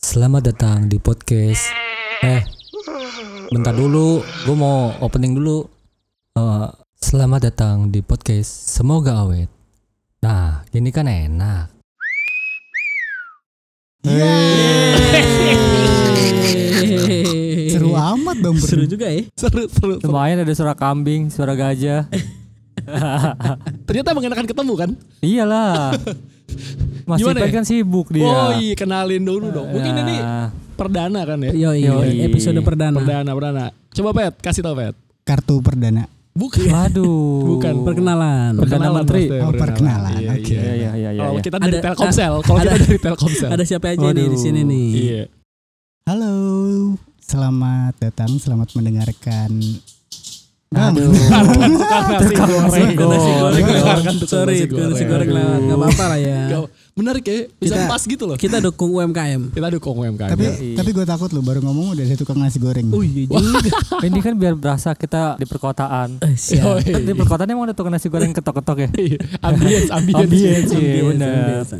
Selamat datang di podcast. Eh, bentar dulu, gue mau opening dulu. Eh, selamat datang di podcast. Semoga awet. Nah, gini kan enak. Iya. Seru amat dong bro. Seru juga ya. seru, seru, seru. Lumayan ada suara kambing, suara gajah. Ternyata mengenakan ketemu kan? Iyalah. Masih Gimana ya? kan sibuk dia. Oh iya kenalin dulu dong. Mungkin Iya. Nah, ini perdana kan ya? Yo, Yoi. episode perdana. Perdana, perdana. Coba Pet, kasih tau Pet. kartu perdana. Iya. Bukan. Waduh. Bukan, Perkenalan. Perdana Menteri. maksudnya, Oh, perkenalan, Iya, oke. Iya, iya. iya, iya, iya. Kalau iya. kita dari Ada- Telkomsel, kalau kita ada- dari Telkomsel. Ada siapa aja nih di Waduh. sini nih? Iya. Halo, selamat datang, selamat mendengarkan. Ah, Aduh. Bukan, bukan nasi Tukang nasi goreng. goreng. Nasi goreng Goreng. lewat. Kan tukang Sorry, nasi tukang nasi goreng. goreng lewat. Gak apa-apa lah ya. Gak- Menarik ya, bisa Kita- pas gitu loh. Kita dukung UMKM. Kita dukung UMKM. tapi iya. tapi gue takut loh baru ngomong udah ada tukang nasi goreng. iya Wah. Ini kan biar berasa kita di perkotaan. Oh, Siap. iya. Kan di perkotaan emang ada tukang nasi goreng ketok-ketok ya? Ambience, ambience. Ambience, iya Ambience, benar. ambience.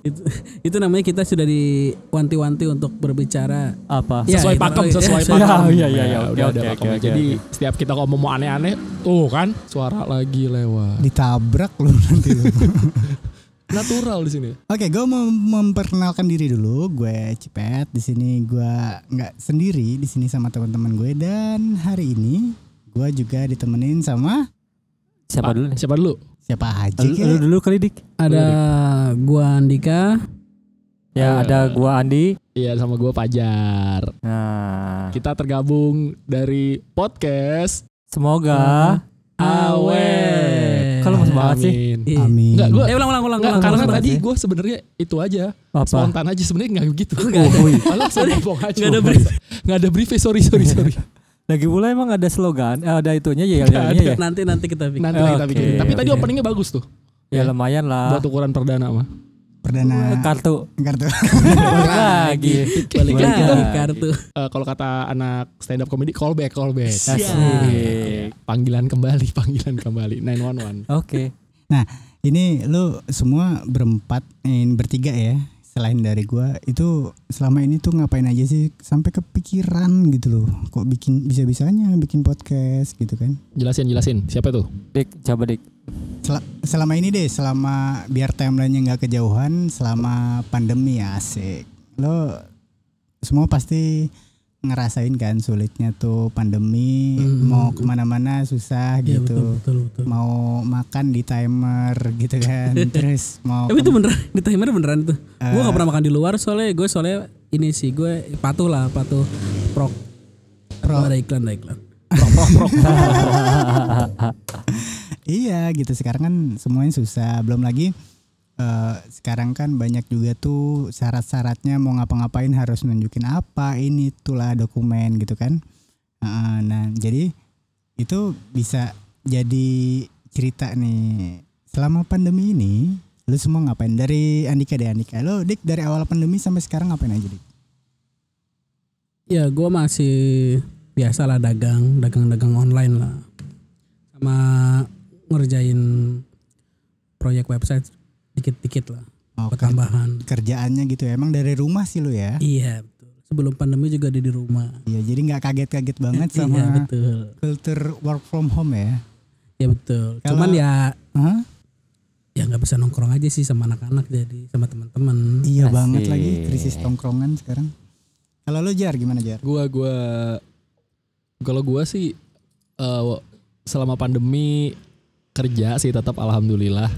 itu, itu namanya kita sudah diwanti-wanti untuk berbicara Apa? Ya, sesuai itu- pakem, iya, sesuai iya, pakem. iya, iya, iya, oke, udah ada oke, pakemnya. oke, Jadi oke. setiap kita ngomong mau aneh-aneh, tuh kan suara lagi lewat. Ditabrak lu nanti lu. Natural di sini. Oke, gue mau memperkenalkan diri dulu. Gue Cipet di sini. Gue nggak sendiri di sini sama teman-teman gue dan hari ini gue juga ditemenin sama Siapa Pak, dulu nih? Siapa dulu? siapa aja Lu, lu kek? dulu kali dik. ada gua Andika Ya Eh. ada gua Andi. Iya sama gue Pajar. Nah, Kita tergabung dari podcast semoga Awet. Kalau mas banget sih. Amin. Iya. Amin. Enggak, gue eh ulang ulang ulang Enggak, ulang karena ulang. Iya, tadi ya. gue sebenarnya itu aja apa? spontan aja sebenarnya nggak begitu. Nggak ada. Malah langsung ngomong aja. Nggak ada brief. Nggak ada brief. eh, Sorry sorry sorry. Lagi pula emang ada slogan, eh, ada itunya ya, Nggak yel-yelnya ya. iya. nanti nanti kita bikin Nanti lagi kita Oke, bikin. Tapi tadi oke. openingnya bagus tuh. Ya lumayan lah. Ah. Eh, Buat ukuran perdana mah. Perdana Kartu kartu. balik lagi. balik Balik lagi lagi. Nah, kartu Iya, Eh, kalau kata anak stand up comedy callback callback. Siap. Asik. Panggilan kembali, panggilan kembali 911. Oke. Nah, Ini lu semua berempat, eh, bertiga ya. Selain dari gua itu selama ini tuh ngapain aja sih sampai kepikiran gitu loh. Kok bikin bisa-bisanya bikin podcast gitu kan. Jelasin jelasin siapa tuh? Dik, coba dik. Sel- selama ini deh, selama biar timelinenya nggak kejauhan, selama pandemi ya asik. Lo semua pasti ngerasain kan sulitnya tuh pandemi Hmm. mau kemana-mana susah Iya, gitu betul betul betul mau makan di timer gitu kan terus mau Tapi ke- itu beneran di timer beneran tuh. Eh. Gue gak pernah makan di luar soalnya gue soalnya ini sih gue patuh lah patuh prok. Pro- Ada iklan ada iklan. Iya gitu sekarang kan semuanya susah belum lagi eh, sekarang kan banyak juga tuh syarat-syaratnya mau ngapa-ngapain harus nunjukin apa ini itulah dokumen gitu kan Heeh, nah jadi itu bisa jadi cerita nih selama pandemi ini lu semua ngapain dari Andika deh Andika lo dik dari awal pandemi sampai sekarang ngapain aja dik Ya gue masih biasa lah dagang dagang dagang online lah sama ngerjain proyek website dikit-dikit lah oh, ker- pertambahan. kerjaannya gitu ya emang dari rumah sih lu ya Iya betul. Sebelum pandemi juga ada di rumah. iya jadi nggak kaget-kaget banget Iya sama betul. culture work from home ya Ya betul. Kalau- Cuman ya Hah? ya nggak bisa nongkrong aja sih sama anak-anak jadi sama teman-teman. Iya Asik. banget lagi krisis tongkrongan sekarang. Kalau lo jar gimana jar? Gua gua kalau gua sih eh, selama pandemi kerja sih tetap alhamdulillah.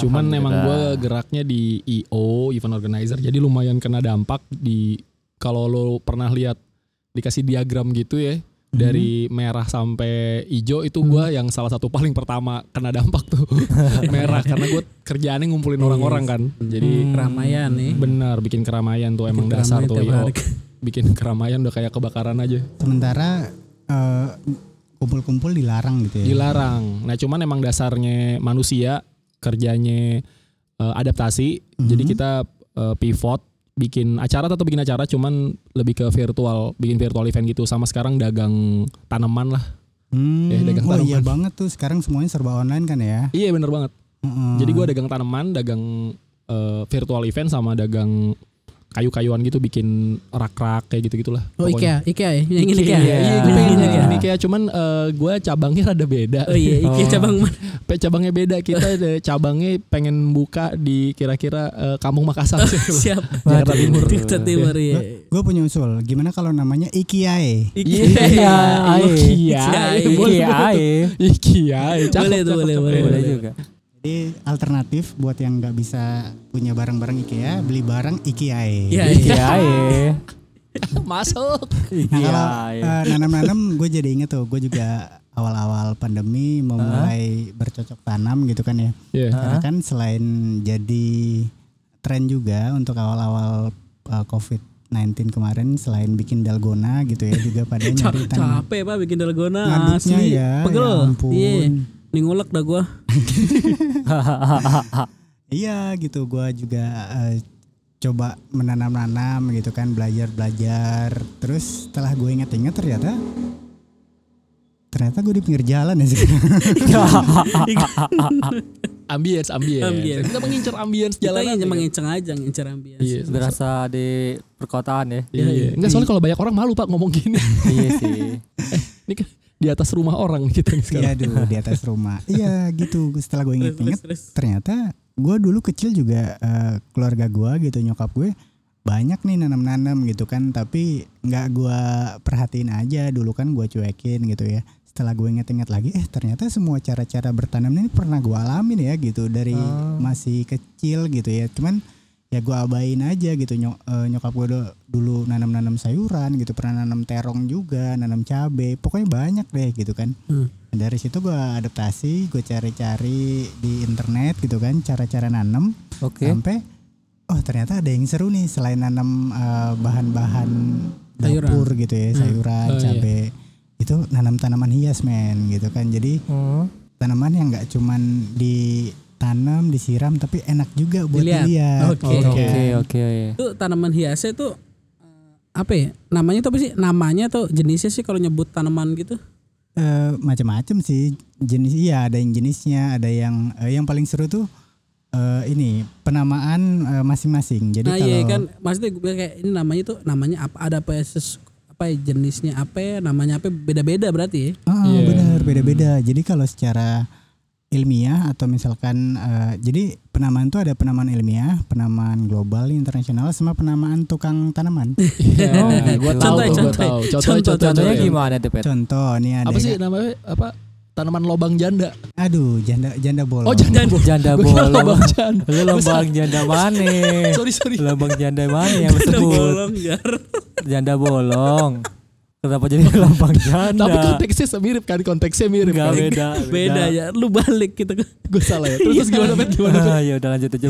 Cuman emang gua geraknya di EO event organizer jadi lumayan kena dampak di kalau lo pernah lihat dikasih diagram gitu ya dari merah sampai hijau itu gua yang salah satu paling pertama kena dampak tuh merah karena gue kerjaannya ngumpulin orang-orang kan jadi Mhm. keramaian nih. Benar, bikin keramaian tuh emang Hmm. Bikin dasar keramaian tuh. tiap Yo. hari. Iya. Bikin keramaian udah kayak kebakaran aja. Sementara eh, kumpul-kumpul dilarang gitu ya. Dilarang. Nah, cuman emang dasarnya manusia kerjanya eh, adaptasi. Hmm. Jadi kita eh, pivot bikin acara tetap bikin acara cuman lebih ke virtual, bikin virtual event gitu sama sekarang dagang tanaman lah. Hmm, Eh, dagang oh tanaman. iya banget tuh sekarang semuanya serba online kan ya. Iya, bener Hmm. banget. Heeh. Jadi gua dagang tanaman, dagang eh, virtual event sama dagang kayu-kayuan gitu bikin rak-rak kayak gitu gitulah. Oh IKEA, IKEA ya, yang ini Ikea. IKEA. Iya, gue Yang pengen ini bikin IKEA. Ikea cuman gue cabangnya rada beda. Oh iya, IKEA Oh. cabang mana? Pe- cabangnya beda kita ada cabangnya pengen buka di kira-kira eh, Kampung Makassar sih. Oh, Siap. Jakarta Timur. Jakarta Timur ya. Gue punya usul. Gimana kalau namanya Ikiae? IKEA. Iya, iya. Iya, Iya, boleh, Iya, eh. Ikea, eh, cakep, Boleh tuh, cakep, boleh, cakep. boleh, boleh juga. Jadi alternatif buat yang nggak bisa punya barang-barang Ikea, beli barang Ikiae. Iya, iya. Iya, eh. Masuk. Nah kalau Iya, eh, nanam-nanam gue jadi inget tuh gue juga awal-awal pandemi mau mulai bercocok tanam gitu kan ya. Iya. Ah. Karena kan selain jadi tren juga untuk awal-awal eh, COVID-19 kemarin selain bikin dalgona gitu ya juga pada Ca- nyari tanam. Capek pak bikin dalgona Ngaduknya asli. ya, Pegel. ya ampun. Iya. Ini ngulek dah gua. Iya gitu gua juga eh, coba menanam-nanam gitu kan belajar-belajar terus setelah gue ingat-ingat ternyata ternyata gue di pinggir jalan ya sekarang. Ambience, ambience. Ambience. Kita mengincar ambience Kita jalanan. yang ya. mengincar aja, ngincer ambience. Iya. Berasa di perkotaan ya. Iya, iya. Enggak soalnya kalau banyak orang malu Pak ngomong gini. Iya sih. Ini kan di atas rumah orang kita nih Iya sekarang. aduh di atas rumah. Iya gitu setelah gue Terus, inget-inget terus. ternyata gue dulu kecil juga eh, keluarga gue gitu nyokap gue banyak nih nanam-nanam gitu kan tapi nggak gue perhatiin aja dulu kan gue cuekin gitu ya setelah gue inget-inget lagi eh ternyata semua cara-cara bertanam ini pernah gue alamin ya gitu dari masih kecil gitu ya cuman ya gue abain aja gitu Nyo- eh, nyokap gue do- dulu nanam-nanam sayuran gitu pernah nanam terong juga nanam cabe pokoknya banyak deh gitu kan Hmm. dari situ gue adaptasi gue cari-cari di internet gitu kan cara-cara nanam Oke. sampai oh ternyata ada yang seru nih selain nanam eh, bahan-bahan Sayuran. dapur gitu ya sayuran Oh, iya. cabe itu nanam tanaman hias men gitu kan jadi Hmm. tanaman yang nggak cuman ditanam disiram tapi enak juga buat Dilihat. dilihat, Gitu. Oke. Oke, Oke. oke, oke. Itu tanaman hiasnya tuh eh, apa ya? Namanya tuh apa sih? Namanya tuh jenisnya sih kalau nyebut tanaman gitu. Eh, macam-macam sih jenis iya ada yang jenisnya ada yang eh, yang paling seru tuh eh, ini penamaan eh, masing-masing jadi Ah, nah kalau iya kan maksudnya gue kayak ini namanya tuh namanya apa ada apa ya sesu- apa ya, jenisnya apa ya, namanya apa ya, beda-beda berarti ya. Ah, Iya. benar beda-beda jadi kalau secara ilmiah atau misalkan eh, jadi penamaan tuh ada penamaan ilmiah penamaan global internasional sama penamaan tukang tanaman Iya. Gua tahu, Contoh, gua contoh. tahu. Contoh, Contoh, contoh, Contohnya contoh. gimana tuh, Pet? contoh nih ada Apa sih yang- namanya? Apa? Tanaman lobang janda. aduh janda janda bolong Oh, janda. Janda Gua kira bolong. lobang janda. Lu lambang janda mana? Eh, Sorry, sorry. Lambang janda mana yang lu Ada sebut? bolong gar. Janda bolong. Kenapa jadi lambang janda? Nah. Tapi konteksnya mirip kan? Konteksnya mirip. Nggak kan? beda. Beda ya. Lu balik gitu kan. Gue salah ya. Terus, terus gimana? Pet? Iya. Gimana? Ah, ya udah lanjut aja.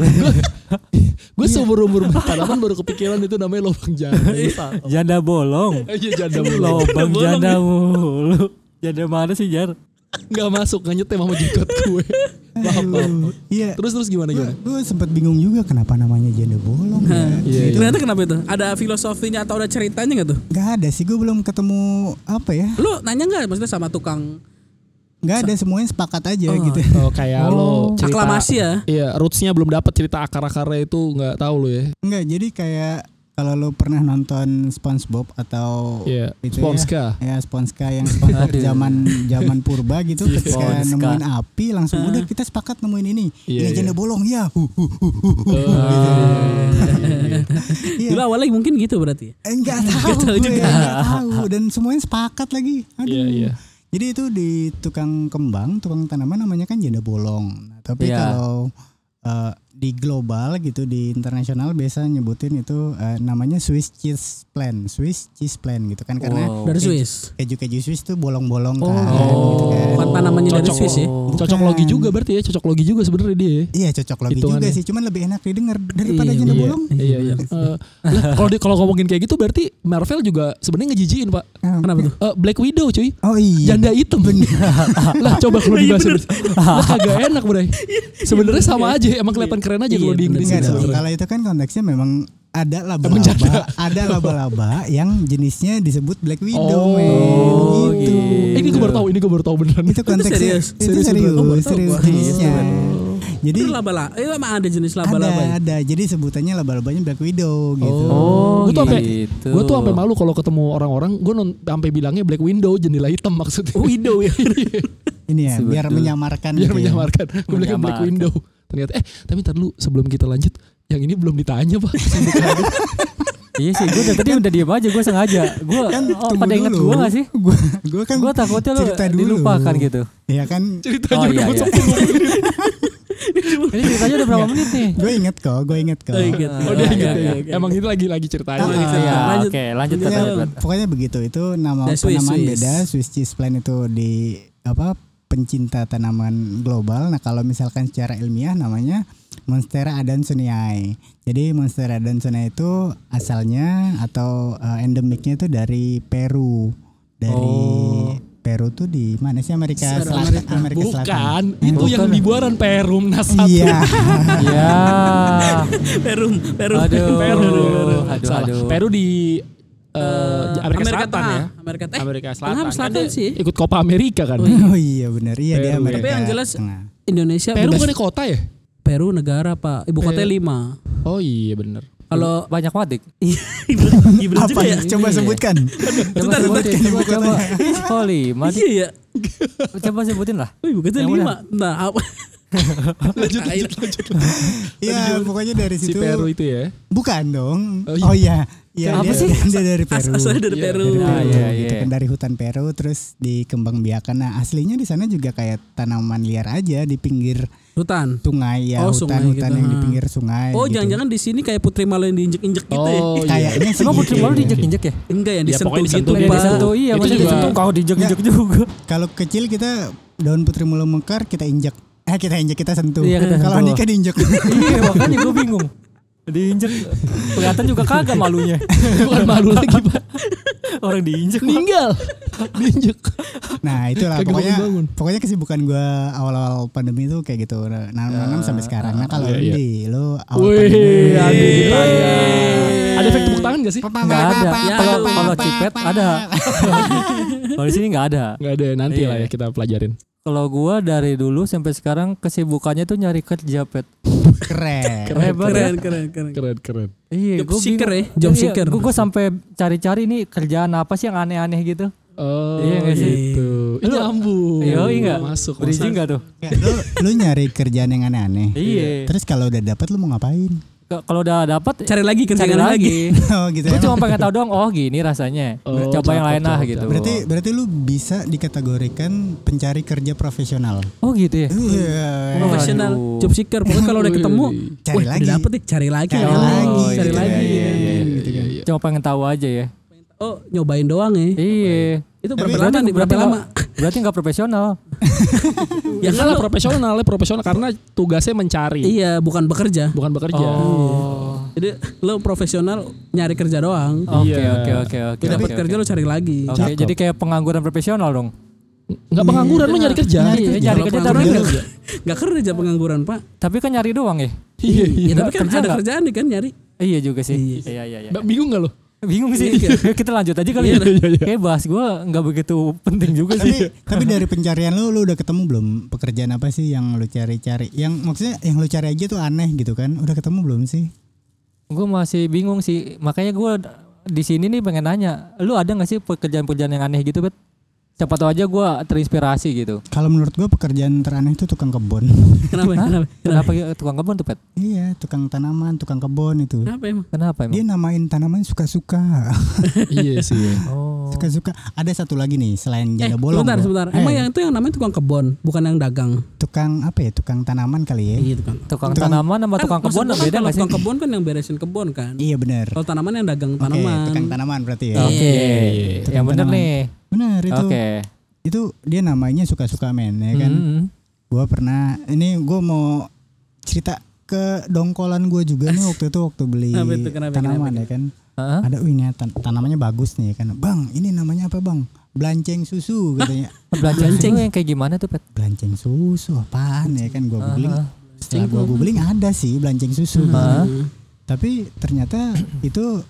Gue seumur umur bertanaman baru kepikiran itu namanya lobang janda. Gua salah. janda bolong. Iya janda belum. Lobang bolong. janda mulu. Janda mana sih, Jar? Nggak masuk nggak nyetem sama jenggot gue. Paham paham. Aduh, iya Terus terus gimana gimana? gue sempet bingung juga kenapa namanya janda bolong ya Iya, iya. Nah, Ternyata kenapa itu? Ada filosofinya atau ada ceritanya nggak tuh? nggak ada sih gue belum ketemu apa ya Lu nanya nggak maksudnya sama tukang nggak ada semuanya sepakat aja gitu Oh kayak lo cerita- aklamasi ya? Iya, rootsnya belum dapat cerita akar-akarnya itu nggak tahu lo ya. Enggak, jadi kayak kalau lo pernah nonton SpongeBob atau Iya. itu Sponska. ya, ya Sponska yang SpongeBob Aduh. zaman zaman purba gitu ketika Sponska. nemuin api langsung udah kita sepakat nemuin ini. Ah. Iya, ini iya. janda bolong ya. Huh, huh, huh, huh, Eh, huh. Iya. Dulu awalnya mungkin gitu berarti ya. Eh, Enggak tahu, tahu gue, juga. enggak tahu dan semuanya sepakat lagi. Aduh. Iya, iya. Jadi itu di tukang kembang, tukang tanaman namanya kan janda bolong. Nah, tapi Iya. kalau eh, di global gitu di internasional biasa nyebutin itu eh, namanya Swiss cheese plant, Swiss cheese plant gitu kan karena Wow. Dari Swiss. keju-keju Swiss tuh bolong-bolong Oh. kan gitu kan. Oh. Bukan tanamannya dari Cocok. Swiss ya. Oh. Cocok logi juga berarti ya, cocok logi juga sebenarnya dia. ya. Iya cocok lagi Hitungannya. juga sih, cuman lebih enak didengar daripada Iya, janda Iya, bolong. iya, iya. Eh, lah, kalau di- kalau ngomongin kayak gitu berarti Marvel juga sebenarnya ngejijiin, Pak. Ah, Kenapa tuh? Eh, Black Widow, cuy. Oh iya. Janda hitam lah coba kalau dibahas sebenarnya. Lah kagak enak bro Sebenarnya Iya. sama aja Emang kelihatan keren aja Iya, Kalau di bener. Inggris Enggak dong, sebenarnya. Kalau itu kan konteksnya memang ada laba-laba, ada laba-laba yang jenisnya disebut black widow, Oh, men. Gitu. gitu. Eh, Ini gue baru tahu Ini gue baru tahu beneran Itu konteksnya. serius? Itu Serius, serius, bro. Oh, serius, baru tahu gua. jenisnya. Jadi Itu laba-laba. Eh, emang ada jenis laba-laba. ada ya? ada. Jadi sebutannya laba-labanya black widow gitu. Oh, Oh, gua tuh sampai gitu. Gue tuh sampai malu kalau ketemu orang-orang, gue sampai bilangnya black window jendela hitam maksudnya. Oh, Window ya. Ini ya biar Sebetul. menyamarkan gitu Biar ya. menyamarkan. Gue bilangnya black Menyamarkan. window. Ternyata eh tapi ntar dulu sebelum kita lanjut yang ini belum ditanya pak. Iya sih, gue tadi udah diem aja, gue sengaja. Gue Kan oh, tunggu pada inget dulu. gue gak sih? Gua gua kan Gue takutnya lu cerita dulu. dilupakan gitu. ya kan Oh iya, iya. Ini ceritanya udah berapa Enggak. menit nih? gue inget kok, gue inget kok. Oh, ingat. Oh, Udah iya, ingat iya, ya. oke. Emang ini lagi lagi ceritanya. Ah, Iya, Lanjut. oke, lanjut Iya, Tat, lanjut. Tat. pokoknya begitu itu nama Nah, Swiss, penamaan Swiss. beda Swiss cheese plant itu di apa pencinta tanaman global nah kalau misalkan secara ilmiah namanya Monstera adansonii jadi Monstera adansonii itu asalnya atau eh, endemiknya itu dari Peru dari Oh. Peru tuh di mana sih Amerika Selatan. Selatan Ah, Amerika Selatan Bukan, itu yang di buaran Perumnas satu. iya Ya. Perum, perum. Aduh. Peru. Aduh, Salah. aduh. Peru di eh, Eh, Amerika, Selatan Tengah. ya. Amerika Tengah. Eh, Amerika Selatan. Tengah Kan Selatan dia sih. Ikut Copa Amerika kan. Oh, iya. oh iya benar iya dia Peru. Amerika Tapi yang jelas- Tengah. Indonesia Peru bebas- bukan kota ya? Peru negara, Pak. Ibu kotanya Peru. lima. Oh iya bener. Kalau Banyak banget, Dik. Gibran apa juga ya. ya? coba Iya. sebutkan Coba Bentar, bentar, sebutin, coba, ibu coba. Oh, lima. Dik. Iya ya. Coba sebutin lah. Oh, Ibu kotanya Yang lima. Nah, apa? lanjut, lanjut, lanjut. lanjut. Iya, pokoknya dari Si situ Peru itu ya. Bukan dong. Oh, Oh iya. iya. Iya, Apa dia, sih? dia dari Peru. Asalnya dari Iya, Peru. Ah, Dari Peru, iya, gitu iya. kan dari hutan Peru terus dikembangbiakan. Nah, aslinya di sana juga kayak tanaman liar aja di pinggir Hutan. sungai ya, Oh, sungai hutan-hutan gitu, yang di ha. pinggir sungai. Oh, gitu. jangan-jangan di sini kayak Putri Malu yang diinjek-injek gitu ya. Oh, Kayaknya sih Emang gitu. putri malu diinjek-injek ya? Enggak yang Ya, disentuh pokoknya gitu, disentuh dia, Iya, Pak. disentuh. Iya, Itu masa juga- disentuh kau Ya. diinjek-injek juga. Kalau kecil kita daun putri mulu mekar kita injek. Eh kita injek kita sentuh. Iya, kita Kalau sentuh. nikah diinjek. Iya, makanya gue bingung. Diinjek kelihatan juga kagak malunya. Bukan malu lagi pak. Orang diinjek. Pak. Meninggal. Diinjek. Nah, itulah Kagak pokoknya bangun-bangun. pokoknya kesibukan gua awal-awal pandemi itu kayak gitu. Nah, nanam sampai Ah, sekarang. Nah, kalau Iya, iya. di lu awal iya, Wih, pandemi. ada ditanya. Ada efek tepuk tangan gak sih? Nggak ada. Ya, Pa- Kalau pa- kalau pa- cipet pa- ada. Kalau di sini nggak ada. Gak ada nanti Iya. lah ya kita pelajarin. Kalau gua dari dulu sampai sekarang kesibukannya tuh nyari kerja pet. Keren. Hebat ya. Keren, keren, keren. Keren keren. Iya, Job gua seeker bingung. ya, job Iya, seeker. Gua, gua sampai cari-cari nih kerjaan apa sih yang aneh-aneh gitu. Oh Iya nggak sih? gitu. Ih, Lu- Nyambung. Iya, iya. Masuk. Berizin masuk. nggak tuh? Ya, lu, lu nyari kerjaan yang aneh-aneh. Iya. Terus kalau udah dapat lu mau ngapain? Ke- Kalau udah dapat Cari lagi kerjaan lagi. Oh gitu. Gue emang. cuma pengen tahu doang, oh gini rasanya. Oh, Coba yang cakep, lain lah cakep, gitu. cakep. Berarti berarti lu bisa dikategorikan pencari kerja profesional. Oh gitu ya. Iya. Profesional, Waduh. job seeker. Pokoknya kalau udah ketemu, Cari wah, udah lagi. Dapet deh, cari lagi. Cari Oh, lagi. Cari gitu lagi. kan. iya. Gitu kan. Cuma pengen tahu aja ya. Oh, nyobain doang ya. Iya. Itu Tapi berapa berarti- lama nih? Berapa nggak- lama? Berarti nggak profesional. Ya Enggak kan lah lu- profesional, lah, profesional karena tugasnya mencari, Iya, bukan bekerja. bukan bekerja. Oh. Jadi lo profesional nyari kerja doang. Oke Iya. oke oke oke. Udah dapat oke, kerja oke. lo cari lagi. Oke, jadi kayak pengangguran profesional dong. Enggak pengangguran lu nyari kerja. Nyari Iya, kerja, nyari kerja tapi pengangguran nggak- nggak kerja pengangguran pak. tapi kan nyari doang ya. Iya, iya. Ya, tapi kan Kerja ada nggak? kerjaan nih kan nyari. Iya juga sih. Iya iya iya. Mbak, Bingung gak lu? Bingung sih. Iya. Kita lanjut aja kali ya. Kayak bahas gua nggak begitu penting juga Tapi sih. Iya. tapi dari pencarian lu lu udah ketemu belum pekerjaan apa sih yang lu cari-cari? Yang maksudnya yang lu cari aja tuh aneh gitu kan. Udah ketemu belum sih? Gue masih bingung sih. Makanya gue di sini nih pengen nanya, lu ada nggak sih pekerjaan-pekerjaan yang aneh gitu, Bet? Siapa tahu aja gue terinspirasi gitu. Kalau menurut gua pekerjaan teraneh itu tukang kebun. Kenapa? Hah? Kenapa? Kenapa ya tukang kebun tuh, Pet? iya, tukang tanaman, tukang kebun itu. Kenapa Oh. emang? Kenapa Dia Iya. emang? namain tanaman suka-suka. Iya sih. iya. Oh. Suka-suka. Ada satu lagi nih selain Eh, janda bolong. sebentar, gua. sebentar. Eh, Emang yang itu yang namanya tukang kebon, bukan yang dagang. tukang apa ya? Tukang tanaman kali ya? Iya, tukang. Tukang Tukang- tanaman sama Kan, tukang maksud kebun gua kan beda kalau nggak sih? Tukang kebun kan yang beresin kebun kan. Iya benar. Kalau tanaman yang dagang Oke, tanaman. tukang tanaman berarti ya. Oke. Iya, Tukang Yang bener tanaman. nih. Hmm. Benar itu. Oke. Iya Itu dia namanya suka-suka men ya Hmm. kan. Mm-mm. Gua pernah ini gua mau cerita ke dongkolan gua juga nih waktu itu waktu beli Kenapa itu? Kenapa? tanaman Kenapa? ya kan. Heeh. Ada wih ini tan- tanamannya bagus nih ya kan. Bang, ini namanya apa, Bang? Blanceng susu katanya. Belanceng tuh yang kayak gimana tuh, Pet? blanceng susu apaan ya kan gua googling. Aha. Setelah gua googling ada sih blanceng susu. Heeh. Tapi ternyata itu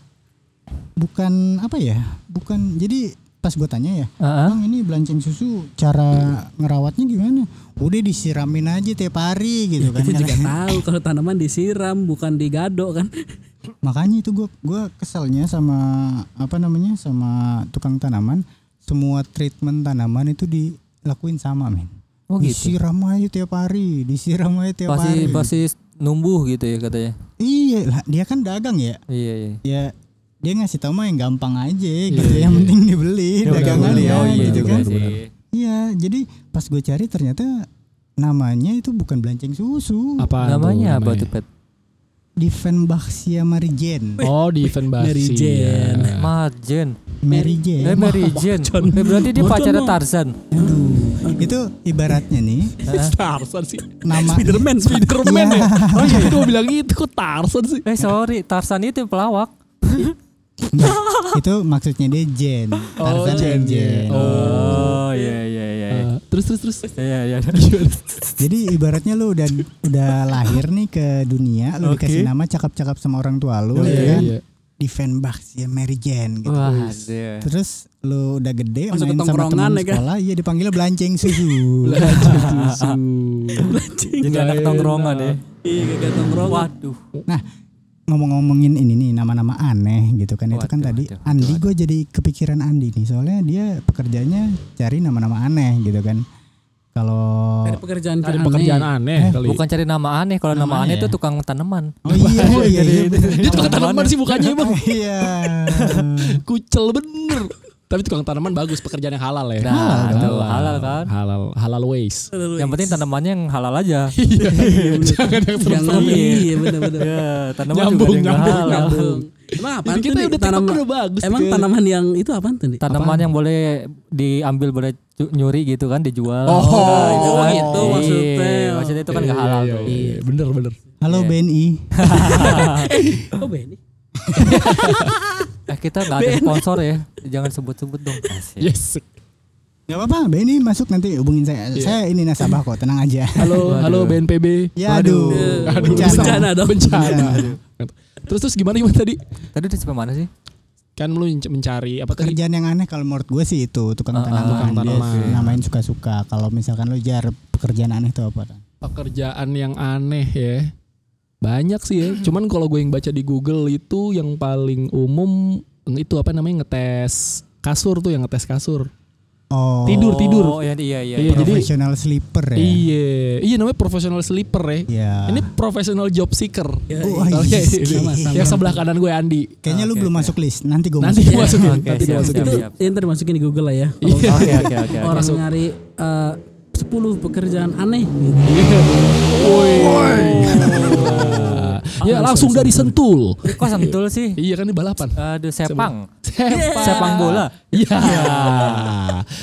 bukan apa ya? Bukan. Jadi pas pas gue tanya ya Heeh. Bang ini belanceng susu cara ngerawatnya gimana? Udah disiramin aja tiap hari gitu Iya, kan. Kita juga tahu kalau tanaman disiram bukan digado kan. Makanya itu gua gua keselnya sama apa namanya? sama tukang tanaman. Semua treatment tanaman itu dilakuin sama, men. Oh gitu. Disiram aja tiap hari, disiram aja tiap Pasti hari. pasti numbuh gitu ya katanya. Iya, lah, dia kan dagang ya. Iya iya. Ya dia ngasih tau mah yang gampang aja gitu yang iya. penting dibeli Ya, dagangan benar, ya oh, benar, benar, gitu benar, kan. benar. Iya, jadi pas gue cari ternyata namanya itu bukan belanceng susu, Apa Namanya apa tuh pet? Diefenbachia marigen. Oh, di event Basi. Mary Jane. ya. Marjen. Eh Marigen. Mary Jane. Eh, berarti dia Bocor pacarnya dong. Tarzan. Aduh, itu ibaratnya nih Tarzan sih. nama Spiderman, Spiderman ya. Iya. Oh iya, gue bilang gitu kok Tarzan sih. Eh sorry, Tarzan itu pelawak. Nah, itu maksudnya dia Jen. Tarzan yang Jen. Oh iya iya iya. Eh, terus terus terus. Iya iya. Jadi ibaratnya lu udah udah lahir nih ke dunia, lu Oke. dikasih nama cakap-cakap sama orang tua lu ya kan. Diefenbachsia marigen gitu. Wah, dia. Terus lu udah gede Masuk ke main sama tongkrongan teman ya kan? sekolah, iya dipanggilnya belanceng susu. Jadi anak tongkrongan ya. Iya kayak tongkrong. Waduh. Nah, ngomong-ngomongin ini nih nama-nama aneh gitu kan. itu kan Waduh, tadi waduh, Andi gue jadi kepikiran Andi nih. Soalnya dia pekerjaannya cari nama-nama aneh gitu kan. Kalau Dari pekerjaan Ada ke pekerjaan aneh kali. Bukan cari nama aneh, kalau nama Nama aneh aneh itu ya? tukang tanaman. Oh iya, oh iya, iya, bener. Dia tukang tanaman sih bukannya emang Iya. kucel bener. Tapi tukang tanaman bagus pekerjaan yang halal ya. Nah, tuh, halal kan? Halal halal ways. iya. Yang penting tanamannya yang halal aja. Iya, Jangan yang Jangan serem-serem. iya benar-benar. Iya, tanaman Nyambung, juga ada yang nyambung, halal. nyambung. Emang Jadi apa tuh? kita Dik? udah Tanam- tanaman udah bagus. Emang Dik. tanaman yang itu apa tuh? Dik? Tanaman yang boleh diambil boleh cu- nyuri gitu kan dijual. Oh, gitu oh, kan. gitu Iya, maksudnya. Maksudnya itu kan nggak halal Iya, tuh. iya, iya. Bener bener. Halo Iya. BNI. Oh Benny. Eh kita nggak ada sponsor ya, jangan sebut-sebut dong. Iya. Asik. Yes. Gak apa-apa, BNI masuk nanti hubungin saya. Iya. Saya ini nasabah kok, tenang aja. Halo, halo BNPB. Ya aduh. Aduh, Bencana dong. Bencana. Terus terus gimana gimana tadi? Tadi udah sampai mana sih? Kan lu mencari apa tadi? Pekerjaan yang aneh kalau menurut gue sih itu tukang Ah, Iya. ah, tanaman. tukang Dia tanaman. namain suka-suka. Kalau misalkan lu jar pekerjaan aneh itu apa? pekerjaan yang aneh ya banyak sih ya cuman kalau gue yang baca di Google itu yang paling umum itu apa namanya ngetes kasur tuh yang ngetes kasur Oh. Tidur, tidur. Oh iya iya iya. Iya, jadi- Professional sleeper ya. iya iya namanya professional sleeper ya Ya. ini professional job seeker Oh, Kalau iya. yang- Sama, sama. Oh, iya. yang sebelah kanan gue Andi Kayaknya lu Oke, belum oke. masuk list. Nanti gue nanti masuk. gue masukin Oke, nanti gue siap, masukin siap, Itu siap. yang termasukin di Google lah ya. Iya. Oke oke oke. oke. Orang masuk. nyari eh, 10 pekerjaan aneh. gitu. Woi. Iya. ya langsung dari Sentul Kok sentul sih? iya kan ini balapan Aduh sepang. Sepak. Sepak bola. Iya.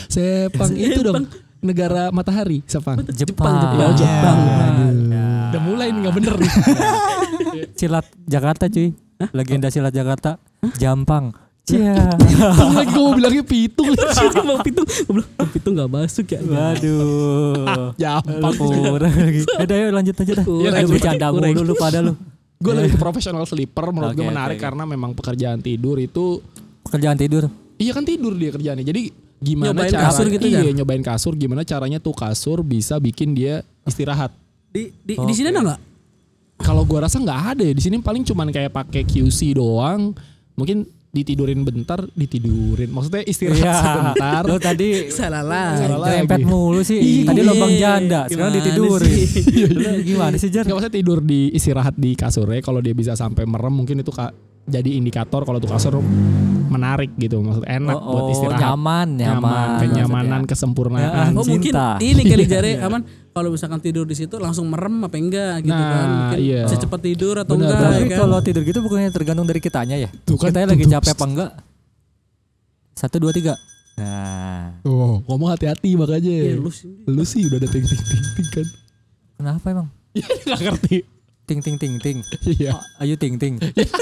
Sepang itu dong negara matahari, Sepang. Jepang, Iya. Jepang, Jepang. Jepang. Udah mulai nih nggak bener nih. Silat Jakarta cuy. Legenda silat Jakarta. Jampang. Cia. Pitung lagi gue mau bilangnya pitung. Itu Nah, mau pitung, Gua bilang, "Oh, pitung nggak masuk ya. Waduh. Jampang. Kurang lagi. Udah yuk lanjut aja dah. Kurang. Aduh, bercanda Kurang. mulu lu pada lu. Gue lebih ke profesional sleeper menurut gue Oke, menarik oke, oke. karena memang pekerjaan tidur itu Pekerjaan tidur. iya kan tidur dia kerjaannya. Jadi gimana Nyobain caranya kasur gitu, iya, Jan? nyobain kasur gimana caranya tuh kasur bisa bikin dia istirahat. Di di, di sini ada nggak? Kalau gua rasa nggak ada ya di sini paling cuman kayak pakai QC doang. Mungkin ditidurin bentar, ditidurin. Maksudnya istirahat sebentar. Iya. Lu tadi Salah lah. Salah lagi. Nyerempet mulu sih. Iya. Tadi lubang janda, sekarang Oh, Gimana ditidurin. sih? Lu Gimana sih, Jar? Gak maksudnya tidur di istirahat di kasurnya kalau dia bisa sampai merem mungkin itu ka- jadi indikator kalau tuh kasur menarik gitu maksud enak Oh, buat oh, istirahat nyaman, nyaman. kenyamanan maksudnya. kesempurnaan Ya, Oh mungkin Cinta. ini kali jari aman kalau misalkan tidur di situ langsung merem apa enggak gitu Nah, kan. Mungkin iya. bisa cepat tidur atau Benar, enggak Tapi ya kan. kalau tidur gitu bukannya tergantung dari kitanya ya? Tuh kan, kitanya tuh, lagi tuh, capek pst. apa enggak? Satu dua tiga. Nah, oh ngomong hati-hati makanya Iya, lu sih. lu sih udah ada ting ting ting ting kan kenapa emang? nggak ngerti Ting ting ting ting. iya Oh, ayo ting ting.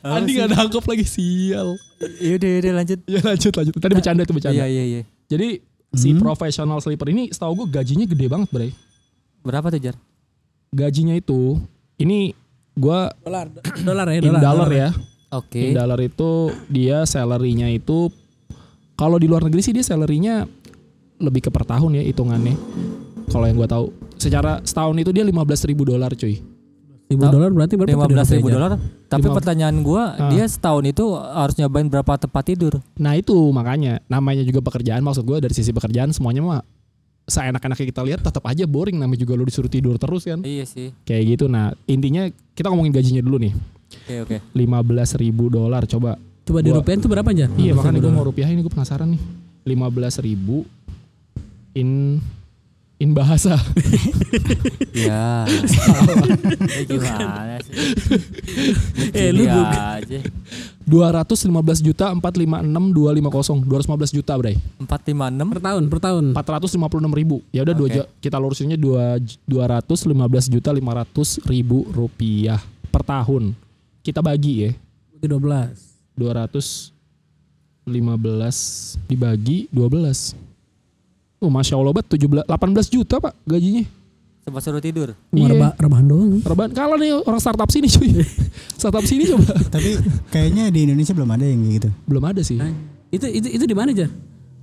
Oh, Andi nggak nangkep lagi sial Yaudah yaudah lanjut. ya lanjut lanjut tadi bercanda itu bercanda Iya iya iya. jadi si professional sleeper ini setahu gue gajinya gede banget bre Berapa tuh Jar? gajinya itu ini gue Dolar, dolar ya, in dolar. dollar ya Oke. In dollar itu dia salary-nya itu Kalau di luar negeri sih dia salarynya lebih ke per tahun ya hitungannya. Kalau yang gua tahu, secara setahun itu dia 15.000 ribu dolar cuy. Ribu Tau- dolar berarti berapa? tuh 15 ribu Indonesia? dolar. Tapi Lima- pertanyaan gua, Ah. dia setahun itu harus nyobain berapa tempat tidur? Nah itu makanya namanya juga pekerjaan maksud gua dari sisi pekerjaan semuanya mah seenak-enaknya kita lihat tetap aja boring namanya juga lu disuruh tidur terus kan Iya sih. kayak gitu nah intinya kita ngomongin gajinya dulu nih Oke oke. 15.000 ribu dolar coba Coba di Gua- rupiah itu berapa aja? Iya 15.000 makanya gue dolar. mau rupiah ini gue penasaran nih 15.000 ribu in in bahasa Ya. Ini Ya gimana sih? Eh, lu Gini Google. aja. 215 juta 456250 215 juta bray 456 per tahun per tahun. 456 ribu ya udah dua Oke. ju- kita lurusinnya dua 215 juta 500 ribu rupiah per tahun kita bagi ya Bagi 12. 215 dibagi 12 Oh, masya Allah bet 17 18 juta pak gajinya. coba suruh tidur. Cuma Iya. reba- rebahan doang. Rebahan kalah nih orang startup sini cuy. startup sini coba. Tapi kayaknya di Indonesia belum ada yang kayak gitu. Belum ada sih. Nah, itu itu itu di mana aja?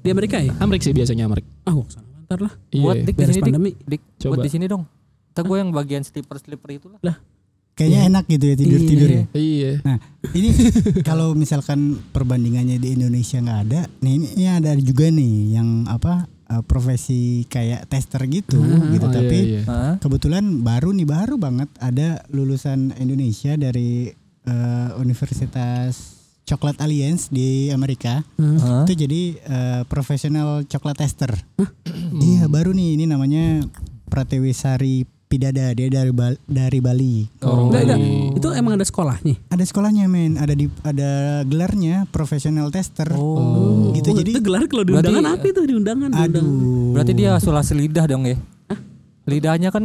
Di Amerika ya? Amrik sih biasanya Amrik. Ah, gua kesana ntar lah. Buat Iya. dik di Beres sini dik. pandemi. Dik, Coba. buat di sini dong. Kita gue yang bagian slipper-slipper itulah. Kayaknya enak gitu ya tidur tidur. Iya. Iya. Nah ini kalau misalkan perbandingannya di Indonesia nggak ada, nih ini, ini ada juga nih yang apa eh, profesi kayak tester gitu gitu. Oh, iya, tapi iya. Hah? kebetulan baru nih baru banget ada lulusan Indonesia dari eh, Universitas Coklat Alliance di Amerika. Hah? Itu jadi eh, profesional coklat tester. Iya baru nih ini namanya Pratewi Sari Pidada dia dari Bal- dari Bali. Oh. Orang Enggak, enggak. Iya. Bali. Itu emang ada sekolahnya. Ada sekolahnya men, ada di ada gelarnya profesional tester. Oh. Gitu Oh, jadi itu gelar kalau di Berarti- undangan apa itu di undangan? di undangan. aduh. Berarti dia sulasi lidah dong ya? Lidahnya kan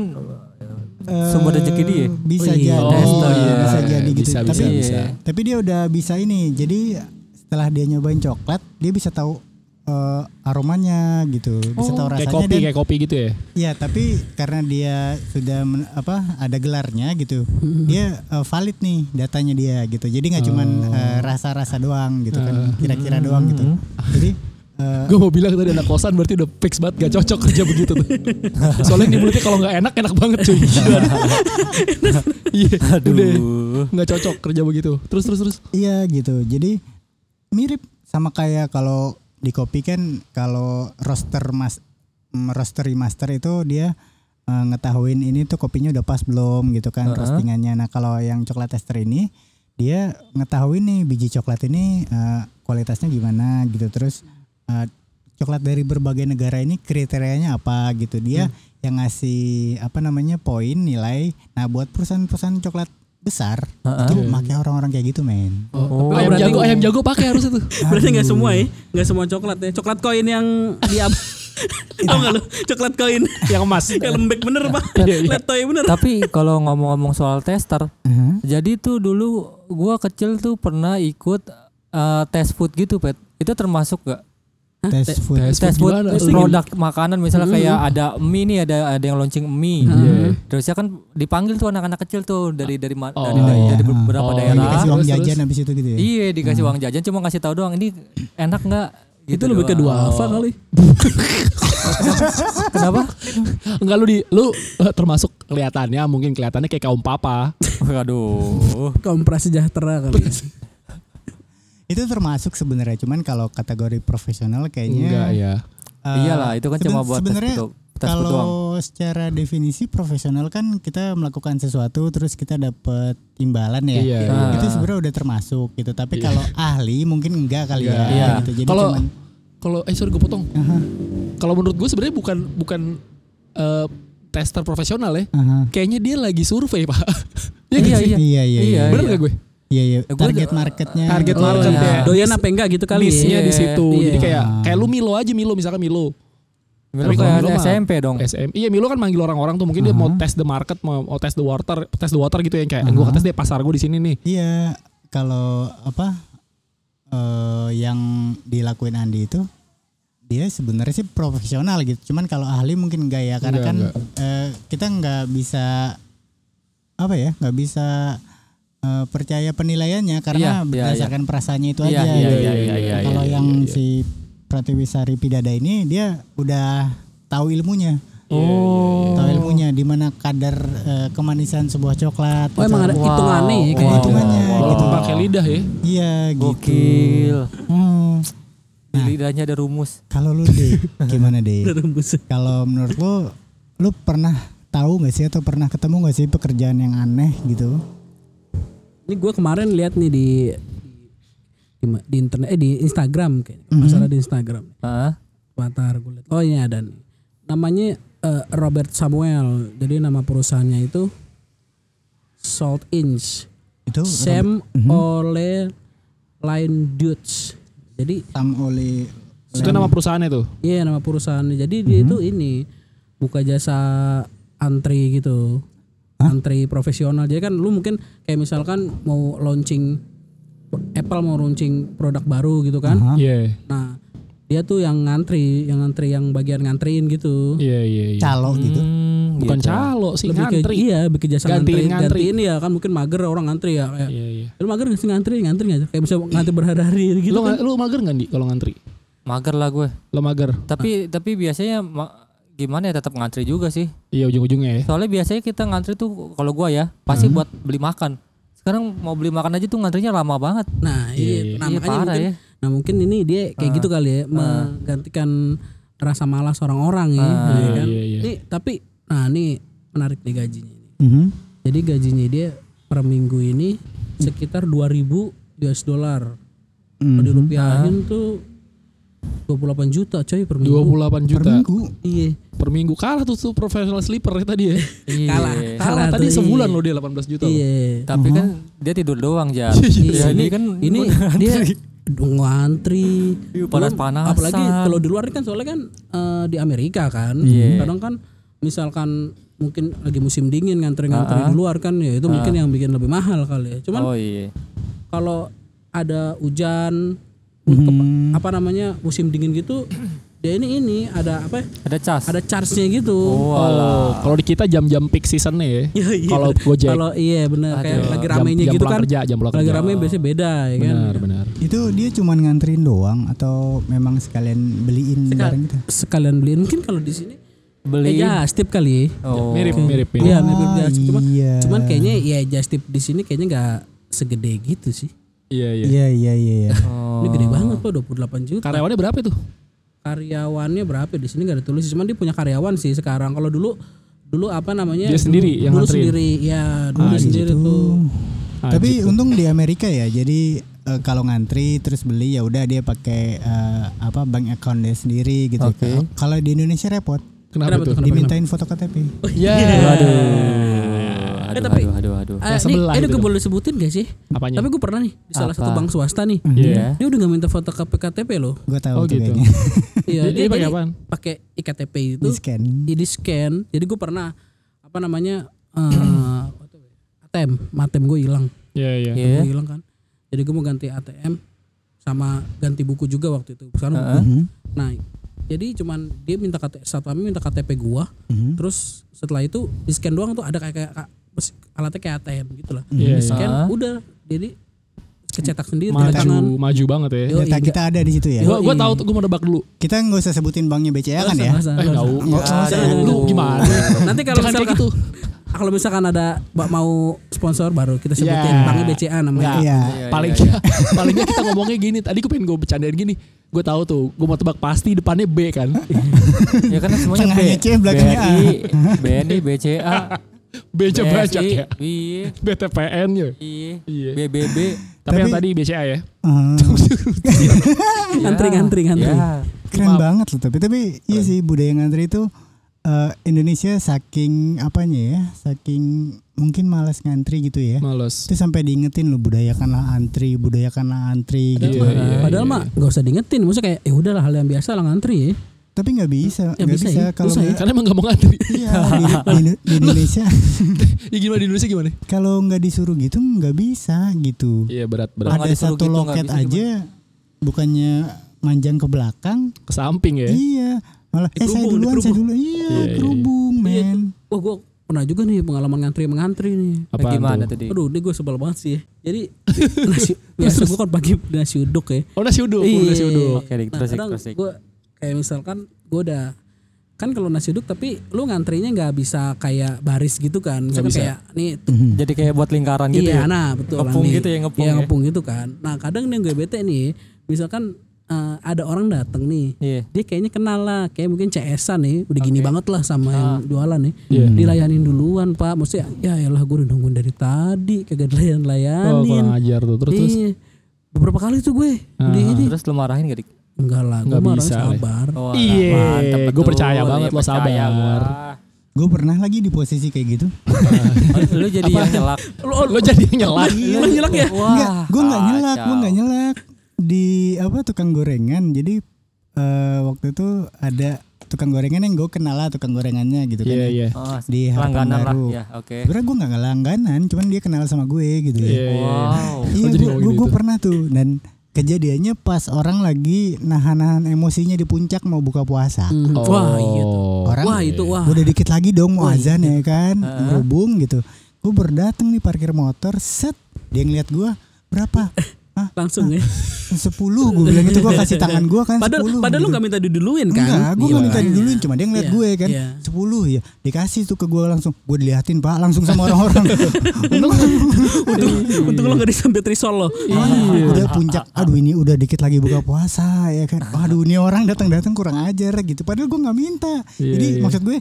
eh, sumber rezeki dia. Bisa Oh, iya. jadi, Oh, iya. bisa jadi gitu. Bisa, tapi bisa, Iya. bisa. tapi dia udah bisa ini. Jadi setelah dia nyobain coklat, dia bisa tahu eh, aromanya gitu, bisa tahu rasanya Oh. Kayak kopi, dan- kayak kopi gitu ya. Ya tapi karena dia sudah men- apa ada gelarnya gitu, dia eh, valid nih datanya dia gitu. Jadi nggak cuman eh, rasa-rasa doang gitu kan, kira-kira doang gitu. Jadi eh, Gue mau bilang tadi anak kosan berarti udah fix banget gak cocok kerja begitu tuh. Soalnya di mulutnya kalau nggak enak enak banget cuy. Iya. udah nggak cocok kerja begitu. Terus terus terus. iya gitu. Jadi mirip sama kayak kalau di kopi kan kalau roster mas mm, roastery master itu dia eh, ngetahuin ini tuh kopinya udah pas belum gitu kan roastingannya. Nah kalau yang coklat tester ini dia ngetahuin nih biji coklat ini eh, kualitasnya gimana gitu terus eh, coklat dari berbagai negara ini kriterianya apa gitu dia Hmm. yang ngasih apa namanya poin nilai nah buat perusahaan-perusahaan coklat besar itu pakai orang-orang kayak gitu men Oh. ayam berarti- jago, ayam jago pakai harus itu. Berarti nggak semua ya? Nggak semua coklat ya. Coklat koin yang di apa? Tahu nggak lu? Coklat koin Yang emas. yang lembek bener pak. Iya, iya. Letoy bener. Tapi kalau ngomong-ngomong soal tester, Heeh. jadi tuh dulu gua kecil tuh pernah ikut eh, tes food gitu, Pet. Itu termasuk gak? tes food tes- Tes food food, gimana? produk makanan misalnya kayak ada mie nih, ada ada yang launching mie. Iya. Terusnya kan dipanggil tuh anak-anak kecil tuh dari dari ma- dari, Oh, dari, iya. dari beberapa Oh, daerah. Yang dikasih uang Terus, jajan terus. habis itu gitu ya Iya, dikasih uang jajan cuma ngasih tahu doang ini enak nggak? Gitu itu lebih ke dua alfa kali. Kenapa? Enggak lu di lu eh, termasuk kelihatannya mungkin kelihatannya kayak kaum papa. Aduh. Kompres sejahtera kali. itu termasuk sebenarnya cuman kalau kategori profesional kayaknya Enggak ya. Eh, Iyalah, itu kan cuma buat tes sebenarnya foto- tes foto kalau secara definisi profesional kan kita melakukan sesuatu terus kita dapat imbalan ya. Iya, Itu- iya. Itu sebenarnya udah termasuk gitu. Tapi kalau ahli mungkin enggak kali ya Iya. gitu. Jadi Kalau cuman kalau eh sorry gue potong. Kalau menurut gue sebenarnya bukan bukan eh, tester profesional ya. Aha. Kayaknya dia lagi survei pak. Iya, Iya nggak sih? iya. uh-huh. Iya iya iya. Bener nggak gue? Iya iya. Eh, gua- Target marketnya. Target Oh, market iya. ya. Doyan apa enggak gitu kali. Bisnya di situ. Iya. Jadi kayak kayak lu Milo aja Milo misalkan Milo. Milo Tapi kalau kayak Milo mah- SMP dong. SM. Iya Milo kan manggil orang-orang tuh mungkin dia mau tes the market, mau, mau tes the water, tes the water gitu ya kayak gue tes deh pasar gue di sini nih. Iya. Kalau apa eh, yang dilakuin Andi itu dia sebenarnya sih profesional gitu. Cuman kalau ahli mungkin enggak ya karena Enggak, kan enggak. eh, kita nggak bisa apa ya? nggak bisa eh, percaya penilaiannya karena Iya, iya, berdasarkan perasaannya itu Iya, aja. iya, gitu. iya, iya, iya, Kalau iya, yang iya. si Pratiwi Sari Pidada ini dia udah tahu ilmunya. Oh. Tahu ilmunya di mana kadar eh, kemanisan sebuah coklat. Oh emang ada Wow. hitungannya ya Wow. kayak gitu. hitungannya gitu. Walaupun pakai lidah ya. Iya Oh. gitu. Gokil. Hmm, Di Nah. lidahnya ada rumus. Kalau lu deh gimana deh? Terembus. Kalau menurut lu lu pernah tahu nggak sih atau pernah ketemu nggak sih pekerjaan yang aneh gitu? Ini gue kemarin lihat nih di di, di internet eh di Instagram kayaknya. Mm-hmm. Masalah di Instagram. Heeh. Avatar gue liat. Oh ini ada nih. Namanya eh, Robert Samuel. Jadi nama perusahaannya itu Salt Inch. Itu Mm-hmm. Sam Ole Line Dudes. Jadi Sam Oli Itu nama perusahaannya tuh. iya nama perusahaannya. Jadi dia Mhm. itu ini buka jasa antri gitu. Antri profesional. Jadi kan lu mungkin kayak misalkan mau launching Apple mau launching produk baru gitu kan. Iya. Nah, dia tuh yang ngantri, yang ngantri yang bagian ngantriin gitu. Iya iya iya. Calo gitu. Hmm, Bukan gitu. calo sih Lebih ke- ngantri. iya, bikin jasa Gantiin ngantri, ngantri. gantiin ya kan mungkin mager orang ngantri ya. Kayak, Iya iya. Lu mager gak sih ngantri, ngantri gak? Kayak bisa ngantri berhari-hari gitu. Lu nga- lu mager enggak di kalau ngantri? Mager lah gue. Lo mager. Ah. Tapi tapi biasanya ma- gimana ya tetap ngantri juga sih. Iya Hmm. ujung-ujungnya ya. Soalnya biasanya kita ngantri tuh kalau gua ya pasti buat beli makan. Sekarang mau beli makan aja tuh ngantrinya lama banget. Nah, iya, nah, Iya, makanya parah mungkin, ya. nah mungkin ini dia kayak gitu kali ya, menggantikan rasa malas orang-orang ya, ya kan? iya, iya. Nih, tapi nah nih menarik nih gajinya. Mhm. Jadi gajinya dia per minggu ini sekitar 2000 US dollar. Kalau dirupiahin tuh 28 juta coy per minggu. 28 Per juta minggu. Iya. per minggu kalah tuh tuh professional sleeper tadi ya. Iya. Kalah. Kalah tuh, tadi iya. sebulan lo dia 18 juta. lo. Iya. Tapi kan dia tidur doang Jar. Iya, ya, ini ini kan ini dia ngantri Iya, panas-panasan. Belum- apalagi kalau di luar kan soalnya kan eh, di Amerika kan Iya. kadang kan misalkan mungkin lagi musim dingin ngantri-ngantri di luar kan ya itu mungkin yang bikin lebih mahal kali ya cuman Oh iya. kalau ada hujan untuk Hmm. apa namanya musim dingin gitu dia ini ini ada apa ya, Ada cas. ada charge-nya gitu Oh, alah. Oh, kalau di kita jam-jam peak seasonnya ya. Iya, iya. Kalau Gojek. kalau iya benar kayak lagi Jam- ramainya jam gitu pulang kan kerja, jam pulang lagi kerja. ramai biasanya beda ya kan Benar, benar. Itu dia cuman nganterin doang atau memang sekalian beliin barang gitu? sekalian beliin mungkin kalau di sini beli ya justip Iya, kali Oh. Mirip, mirip, mirip. Iya, mirip justip cuma iya. cuman kayaknya ya justip di sini kayaknya nggak segede gitu sih Iya, iya. Iya iya iya. iya. ini Oh. gede banget kok 28 juta Karyawannya berapa itu? karyawannya berapa ya? di sini nggak ada tulis cuman dia punya karyawan sih sekarang kalau dulu dulu apa namanya Dia sendiri dulu, yang dulu nganterin? Ah, gitu. sendiri ya dulu sendiri tuh Tapi untung di Amerika ya. Jadi eh, kalau ngantri terus beli ya udah dia pakai eh, apa bank account dia sendiri gitu. Kalau- Kalau di Indonesia repot. Kenapa, tuh? Dimintain foto KTP. Iya. Aduh, aduh, aduh, aduh. Ah, nih, sebelah ini gitu gue boleh sebutin gak sih? Apanya? Tapi gue pernah nih di salah satu Apa? bank swasta nih. Iya. Dia udah gak minta foto KPKTP loh. Gue tahu Oh, tuh gitu. kayaknya. Iya, Dia- dia pakai jadi apaan? Pakai iktp itu. di scan. Jadi di scan. Jadi gue pernah apa namanya eh ATM, ATM gue hilang. Iya, iya. Iya. Gue hilang kan. Jadi gue mau ganti ATM sama ganti buku juga waktu itu. Sekarang buku. Mhm. Nah, jadi cuman dia minta KTP, satpamnya minta KTP gua. Mhm. Terus setelah itu di scan doang tuh ada kayak kayak kayak- alatnya kayak ATM gitu lah. Iya, Di scan Ah. udah jadi kecetak sendiri pakai Maju, tangan. maju banget ya. Yo, Data iya. kita ada di situ ya. Gua gua tahu tuh, gua mau nebak dulu. Kita nggak usah sebutin banknya BCA kan ya. Nggak usah, Eh, nggak enggak usah. Lu gimana? Nanti Iya, kalau Jangan kayak misalkan Iya, gitu. kalau misalkan ada mbak mau sponsor baru kita sebutin Ya. banknya BCA namanya. Nah, Iya. paling iya. paling nggak kita ngomongnya gini tadi gue pengen gue bercandain gini gue tahu tuh gue mau tebak pasti depannya B kan Ya kan semuanya Tengahnya C, belakangnya A. BRI, BNI, BCA, B aja banyak BSI, ya iya, BTPN ya iya, Iya. BBB, tapi, yang Tapi- tadi BCA ya Ah. Ngantri, ngantri, ngantri. Ya. keren banget loh tapi tapi iya sih budaya ngantri itu eh, Indonesia saking apanya ya saking mungkin malas ngantri gitu ya males itu sampai diingetin loh budayakanlah antri budayakanlah antri gitu Iya, iya, Padahal iya. mah nggak usah diingetin, maksudnya kayak ya udahlah hal yang biasa lah ngantri ya. tapi nggak bisa Ya nggak bisa bisa, ya, kalau bisa ya. nggak karena emang gak mau ngantri iya di, di- di Indonesia ya gimana di Indonesia gimana kalau nggak disuruh gitu nggak bisa gitu iya berat berat nggak ada disuruh satu gitu, nggak loket bisa aja bukannya manjang ke belakang ke samping ya iya malah eh saya Dikerubung, duluan saya dikerubung. dulu iya Iya, iya, iya. kerubung men Wah gue pernah juga nih pengalaman ngantri mengantri nih. Apa Gimana tadi? Aduh, ini gue sebel banget sih. ya. Jadi nasi, biasa gue kan pagi nasi uduk ya. Oh nasi uduk, Iya. nasi uduk. Oke, dik, Nah, terus, dik, kadang terus, dik. gue kayak misalkan gue udah kan kalau nasi uduk tapi lu ngantrinya nggak bisa kayak baris gitu kan. Misalkan bisa. Mhm. kayak nih Jadi kayak buat lingkaran gitu ya. iya, nah betul. Ngepung Nih, gitu ya, ngepung iya, ya. ngepung gitu kan. Nah, kadang nih gue bete nih, misalkan eh, ada orang datang nih. Iya. Dia kayaknya kenal lah, kayak mungkin CS-an nih, udah gini banget lah sama yang jualan nih. Iya. Dilayanin duluan, Pak. Maksudnya ya elah gue udah nungguin dari tadi Oh, kagak dilayan-layanin. kurang ajar tuh. Terus terus Iya. Beberapa kali tuh gue di ini. Nah, Terus lu marahin gak dik? Enggak lah, gue Nggak marah bisa, Le. sabar. Oh, Iya, mantap gua betul. percaya banget Iya, lo sabar. percaya gua. Gue pernah lagi di posisi kayak gitu. Oh, lu jadi yang nyelak. lo, lo jadi yang Iya, nyelak. Lu nyelak ya? Enggak, gue nggak nyelak, gue kacau. nggak nyelak di apa tukang gorengan. Jadi eh, waktu itu ada tukang gorengan yang gue kenal lah tukang gorengannya gitu kan. Iya iya. Oh, Di harapan langganan lah. baru. Ya, oke. Sebenernya gue nggak langganan, cuman dia kenal sama gue gitu ya. Iya iya. Wow. Iya, Oh, jadi gue ngomongin gue itu. pernah tuh dan kejadiannya pas orang lagi nahan-nahan emosinya di puncak mau buka puasa. Hmm. Oh. Wah, iya. tuh. Orang Wah, itu wah. udah dikit lagi dong mau iya, azan ya kan, berhubung gitu. Gue berdatang nih parkir motor, set dia ngeliat gue berapa? Eh. Hah, Langsung ya. 10 gue bilang itu gue kasih tangan gue kan Padahal 10 padahal lu nggak minta diduluin kan? Enggak, gue Iya. gak minta diduluin Cuma dia ngeliat Iya, gue kan iya. 10 ya Dikasih tuh ke gue langsung Gue diliatin pak Langsung sama orang-orang untung Iya. untung lo gak disambil trisol lo Wah, Udah puncak Ah, Aduh ini udah dikit lagi buka puasa ya kan Aduh ini orang datang-datang kurang ajar gitu Padahal gue gak minta Iya, Jadi iya. maksud gue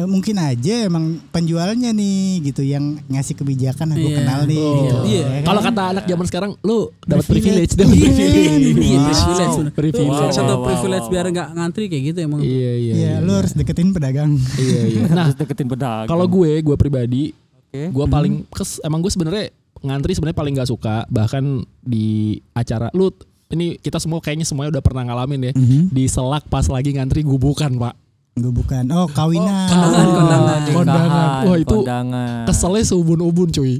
eh, Mungkin aja emang penjualnya nih gitu Yang ngasih kebijakan Gue Iya. kenal nih gitu, Iya. ya kan. Kalau kata anak zaman sekarang lu dapat Privilege. privilege, dapat Iya, privilege. Iya, Wow. privilege bener. Privilege. Itu salah satu Wow, wow, privilege wow, biar nggak ngantri kayak gitu emang Iya iya. Ya lu harus deketin pedagang Iya iya. Nah, Nah, terus deketin pedagang. kalau gue gue pribadi Oke. gue paling kes emang gue sebenarnya ngantri sebenarnya paling gak suka bahkan di acara lu ini kita semua kayaknya semuanya udah pernah ngalamin ya Hmm. Mhm. di selak pas lagi ngantri gubukan pak Gue bukan Oh kawinan kondangan kondangan nikahan, Ah, Kondangan. Wah, itu kondangan. keselnya seubun-ubun cuy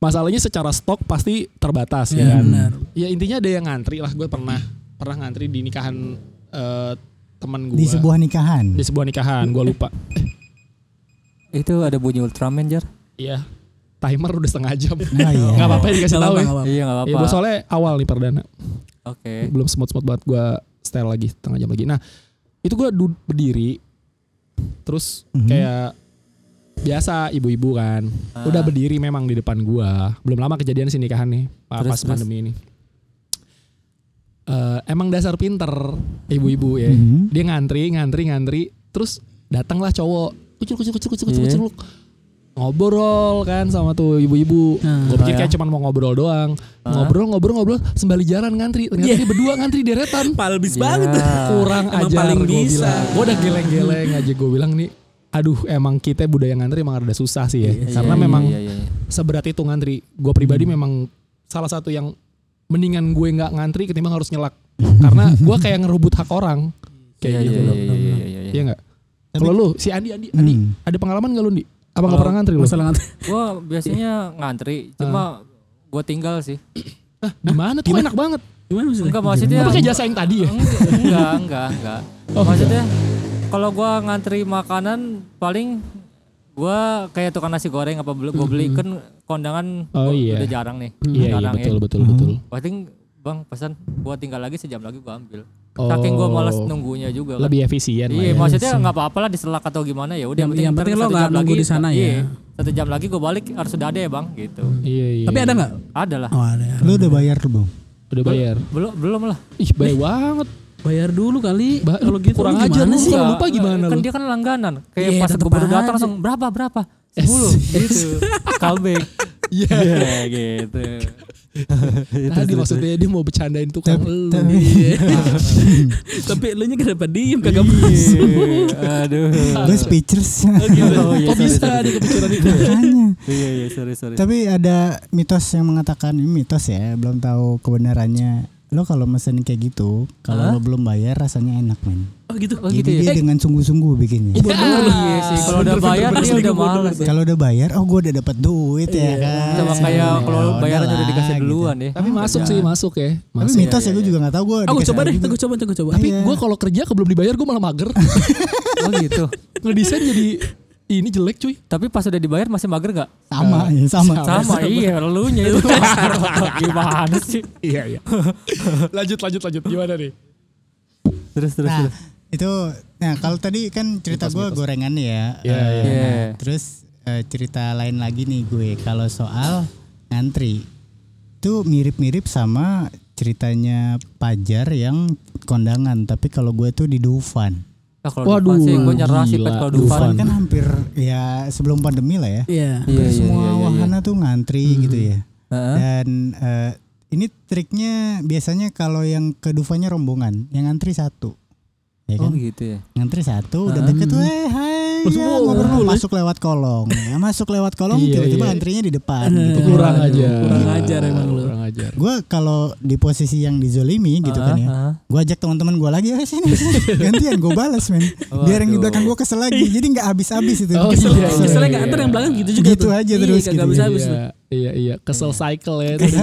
masalahnya secara stok pasti terbatas ya Iya, kan benar. ya intinya ada yang ngantri lah gue pernah pernah ngantri di nikahan eh, teman gue Di sebuah nikahan di sebuah nikahan gue lupa Itu ada bunyi Ultraman jar. iya timer udah setengah jam Ah, iya. nggak apa-apa ya dikasih Nggak tahu ya apa-apa, nggak apa-apa. Iya enggak ya apa-apa. gue soalnya awal nih perdana Oke. belum smooth smooth banget gue style lagi setengah jam lagi nah itu gue duduk berdiri terus Mhm. kayak biasa ibu-ibu kan Ah. udah berdiri memang di depan gue belum lama kejadian sih nikahan nih pa- Terus, pas terus. pandemi ini Eh, emang dasar pinter ibu-ibu ya Mhm. dia ngantri ngantri ngantri terus datanglah cowok kucuk kucuk kucuk kucuk kucuk Iya. kucuk ngobrol kan sama tuh ibu-ibu. Ah. gue pikir Iya. kayak cuman mau ngobrol doang. Ngobrol ngobrol ngobrol sembali jalan ngantri. Ternyata Iya. dia berdua ngantri deretan. palbis banget Iya. Kurang Emang ajar paling gua bisa. bilang. Gue udah geleng-geleng aja gue bilang nih. Aduh emang kita budaya ngantri emang ada susah sih ya. Karena Iya, memang iya, Hmm. iya, iya. seberat itu ngantri. Gue pribadi memang salah satu yang mendingan gue nggak ngantri ketimbang harus nyelak. Karena gue kayak ngerebut hak orang. Iya, Kayak gitu iya, loh. iya, iya, iya, iya. Iya nggak? Kalau lu si Andi Andi Andi Hmm. ada pengalaman nggak lu Andi? Apa nggak pernah ngantri lu? masalah ngantri Gua biasanya ngantri, Ah. cuma gua tinggal sih. Gimana tuh enak banget? gimana maksudnya Enggak maksudnya. Apa kayak jasa yang tadi ya? Oh. Enggak, enggak, enggak, enggak. Maksudnya kalau gua ngantri makanan paling gua kayak tukang nasi goreng apa beli- gua beli kan kondangan Mm-hmm. gua Oh, iya. udah jarang nih. Iya, iya, jarang betul ya. betul betul. Paling Bang pesan gua tinggal lagi sejam lagi gua ambil. Oh. Saking gua malas nunggunya juga. kan. Lebih efisien lah. Iya, ya. maksudnya nggak apa-apa lah diselak atau gimana ya. Udah Yang- yang ntar penting lo satu nggak jam nunggu lagi- di sana ya. iya, Satu jam lagi gua balik harus sudah ada ya bang, gitu. Iya iya. tapi ada nggak Ada lah. oh ada Lu udah bayar tuh bang udah bayar. Belum belum lah. Ih, bayar banget. bayar dulu kali Ba- kalau gitu kurang lu ajar gimana lu. sih Kurang Enggak, lupa gimana Kan lu? dia kan langganan. Kayak Iya, pas tetep gue baru datang aja. langsung berapa berapa? 10 gitu. Callback. Iya gitu. Tadi maksudnya dia mau bercandain tukang lu. gitu. tapi lu nya kenapa diem kagak Iya. masuk Aduh. Gue speechless Oh iya Kok sorry, bisa sorry. dia kepikiran itu? Makanya Iya iya sorry sorry. Tapi ada mitos yang mengatakan ini mitos ya, belum tahu kebenarannya. Lo kalau mesen kayak gitu, kalau lo belum bayar rasanya enak men. oh gitu Oh gitu ya. Jadi Iya, dia dengan sungguh-sungguh bikinnya. Iya sih kalau udah bayar dia udah malas. ya. Kalau udah bayar, oh gue udah dapat duit ya kan. Sama kayak Ya, kalau bayarannya Iya, udah udahlah, dikasih gitu. duluan ya. Tapi masuk sih, masuk ya. Tapi Masuk. mitos ya, gue juga gak tahu gue. aku coba gitu. deh aku coba aku coba Tapi gue kalau kerja kalau belum dibayar gue malah mager. Oh gitu. Ngedesain jadi Ih, ini jelek cuy. Tapi pas udah dibayar masih mager gak? sama ya sama. Sama, iya lelunya itu. Gimana sih? Iya iya. lanjut lanjut lanjut gimana nih? Terus terus. Nah terus. itu nah kalau tadi kan cerita gue gorengan ya. Eh, Iya, iya. Iya. nah, Terus eh, cerita lain lagi nih gue kalau soal ngantri itu mirip-mirip sama ceritanya Pajar yang kondangan tapi kalau gue tuh di Dufan. Nah, kalau Dufan Waduh, sih gue nyerah sih gila. Pet, kalau Dufan. Dufan kan hampir ya sebelum pandemi lah ya. Iya. Iya, iya, iya, semua Hmm. iya, wahana tuh ngantri gitu ya. Heeh. Dan eh, ini triknya biasanya kalau yang ke Dufannya rombongan, yang ngantri satu. Ya Oh kan? gitu ya. Ngantri satu Ah. udah deket tuh hey, hai Langsung ya, ngobrol, ngobrol ya. masuk lewat kolong. Ya, masuk lewat kolong Iya, tiba-tiba iya. antrinya di depan gitu. Kurang Aduh, ajar. Ya, kurang ajar emang lu. Kurang ajar. Gue kalau di posisi yang dizolimi gitu kan ya. Ah, Heeh. Gue ajak teman-teman gue lagi ya sini sini." gantian gue balas men. Biar yang di Waduh. belakang gue kesel lagi. Jadi nggak habis-habis itu. Oh, Kesel, iya, kesel. iya. Soalnya nggak antar yang belakang gitu juga Gitu tuh. aja Iya, terus kagak gitu. habis habis Iya, iya iya kesel cycle ya itu dia.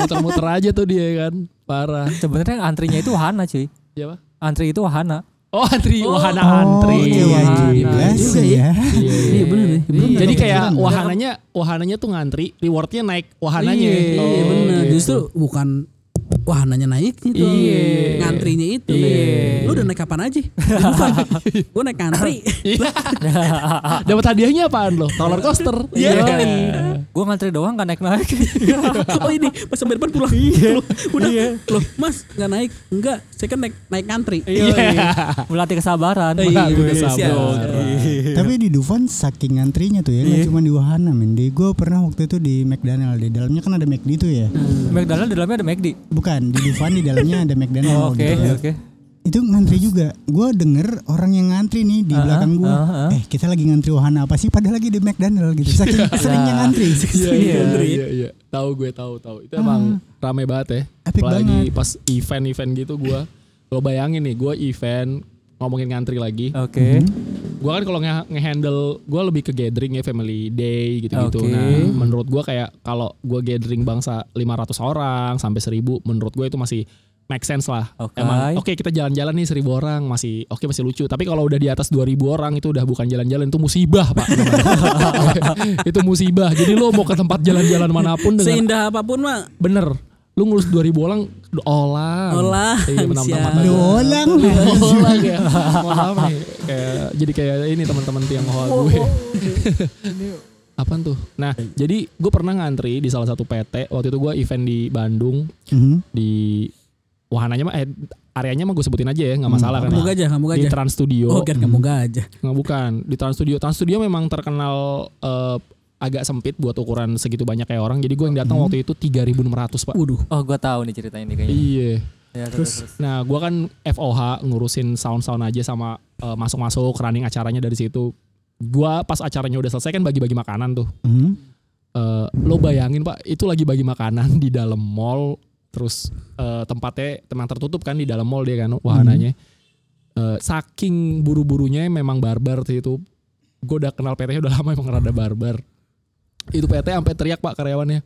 muter-muter aja tuh dia kan parah Sebenarnya yang antrinya itu wahana cuy. siapa Antri itu wahana. oh antri wahana Oh, antri iya, Wahana. iya, Juga sih ya. ya. Iya, iya. Iya bener nih. Iya. jadi kayak Bener. wahananya wahananya tuh ngantri rewardnya naik wahananya Iya, Oh, Iya bener. gitu. Justru bukan wahananya naik gitu. Iya. Ngantrinya itu. Iya. Lu udah naik kapan aja? Dufan. Gua naik ngantri. Iya. Ah, dapat hadiahnya apaan lo roller coaster Iya. Gue ngantri doang gak naik-naik. oh ini pas sampai depan pulang. Iya. Udah. Loh, Mas nggak naik? Enggak, saya kan naik naik ngantri. Iya. Melatih kesabaran. Iya, Melatih kesabaran. Iya. Tapi di Dufan saking ngantrinya tuh ya, nggak cuma di Wahana men. Di gue pernah waktu itu di McDonald, di dalamnya kan ada McD tuh ya. McDonald di dalamnya ada McD. Bukan, di Dufan di dalamnya ada McDonald. Oh, Oke, gitu. oke. Itu ngantri juga. Gue denger orang yang ngantri nih di belakang gue. ah, ah. Eh kita lagi ngantri Wahana apa sih? Padahal lagi di McDonald gitu. Saking seringnya ngantri. Iya, iya, Iya. iya, iya. Tahu gue tahu tahu. Itu emang rame banget ya. Epic Apalagi banget. pas event-event gitu gue. Lo bayangin nih, gue event ngomongin ngantri lagi. Oke. Gue kan kalau nge- ngehandle, gue lebih ke gathering ya family day gitu-gitu. Oke. Nah, menurut gue kayak kalau gue gathering bangsa 500 orang sampai 1000, menurut gue itu masih make sense lah. Oke. Emang oke kita jalan-jalan nih 1000 orang masih oke masih lucu. Tapi kalau udah di atas 2000 orang itu udah bukan jalan-jalan itu musibah, Pak. itu musibah. Jadi lo mau ke tempat jalan-jalan manapun dengan Seindah apapun mah Bener. Lu ngurus 2000 orang olah. Olahan, Iya, menambah siap. Dolang. Olah ya. Mohon maaf nih. Kayak- jadi kayak ini teman-teman Tionghoa gue. Apaan tuh? Nah, jadi gue pernah ngantri di salah satu PT. Waktu itu gue event di Bandung Mhm. di wahananya mah eh, areanya mah gue sebutin aja ya, nggak masalah kan. kamu ya. gajah, kamu Di gajah. Trans Studio. Oh, kan kamu gajah. Nggak bukan di Trans Studio. Trans Studio memang terkenal eh, agak sempit buat ukuran segitu banyak kayak orang. Jadi gue yang datang waktu itu 3.600 pak. Waduh. Oh, gue tahu nih ceritanya nih kayaknya. Iya. Ya, terus, terus. Nah, gua kan FOH ngurusin sound-sound aja sama eh, masuk-masuk running acaranya dari situ. Gua pas acaranya udah selesai kan bagi-bagi makanan tuh. Mhm. Eh, lo bayangin pak, itu lagi bagi makanan di dalam mall, terus eh, tempatnya temang tertutup kan di dalam mall dia kan wahananya. Eh, saking buru-burunya memang barbar sih itu. Gue udah kenal PT-nya udah lama emang rada barbar. Itu PT sampai teriak pak karyawannya.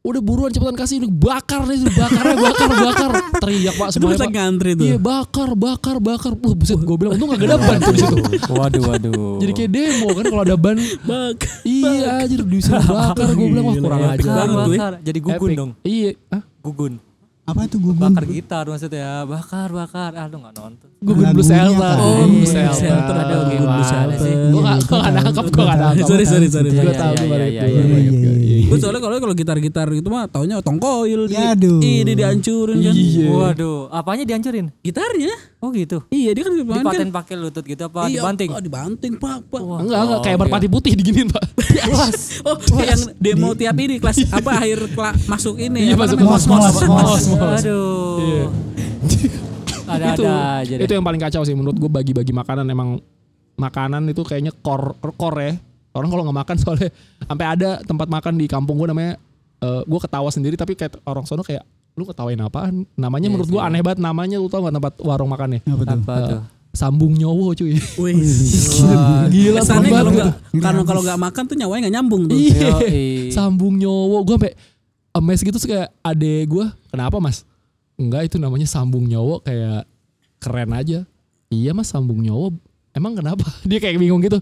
Udah buruan cepetan kasih ini bakar nih bakarnya bakar bakar teriak pak Itu bisa semuanya pak. ngantri tuh. Gitu. Iya bakar bakar bakar. Wah buset gue bilang untung gak ada ban tuh di situ. Waduh, waduh. Jadi kayak demo kan kalau ada ban. Bak. Iya aja disuruh bakar gue bilang wah kurang Epic ajar. banget, ya. Epic. bakar. Jadi gugun dong, Iya. Hah? gugun. Apa tuh gue Bakar gitu, gitar maksudnya, bakar, bakar. Ah, lu gak nonton. Gue bilang blue Lagunya shelter. apa? Oh Iya, blue Blue shelter. Shelter. Ada Aduh Blue gimana Shelter. sih. Gue gak Iya, gua nangkep. Gue gak tahu. nangkep. Sorry, sorry, sorry. Gue Iya, tau iya, gue iya, nangkep. iya, iya, Gua nangkep, iya, gua- iya. iya. Gue soalnya kalau kalau gitar-gitar gitu mah taunya tongkoil di- Yaduh. Iya, dia dihancurin kan. Iya. Waduh, apanya dihancurin? Gitarnya? Oh gitu. Iya, dia kan dibanting. Dipaten pakai lutut gitu apa Iya, dibanting? Oh, dibanting, Pak. Pak. Enggak, enggak. Oh, Kayak oke. berpati putih diginiin pak. Oh, yang demo tiap ini kelas apa akhir kela- masuk ini. ya, Iya apa masuk namanya? mos mos mos mos. Aduh. Iya. itu Ada-ada aja deh. itu yang paling kacau sih menurut gue bagi-bagi makanan emang makanan itu kayaknya core core ya orang kalau nggak makan soalnya sampai ada tempat makan di kampung gue namanya eh gue ketawa sendiri tapi kayak orang sono kayak lu ketawain apaan namanya Iya menurut gue aneh banget namanya lu tau gak tempat warung makannya Apa tuh? Ah. Apa tuh? sambung nyowo cuy Wih. gila serem Kesannya kalau banget nggak karena kalau nggak makan tuh nyawanya nggak nyambung tuh. iya Yoi. sambung nyowo gue sampai emes gitu terus kayak ade gue kenapa mas enggak itu namanya sambung nyowo kayak keren aja iya mas sambung nyowo emang kenapa dia kayak bingung gitu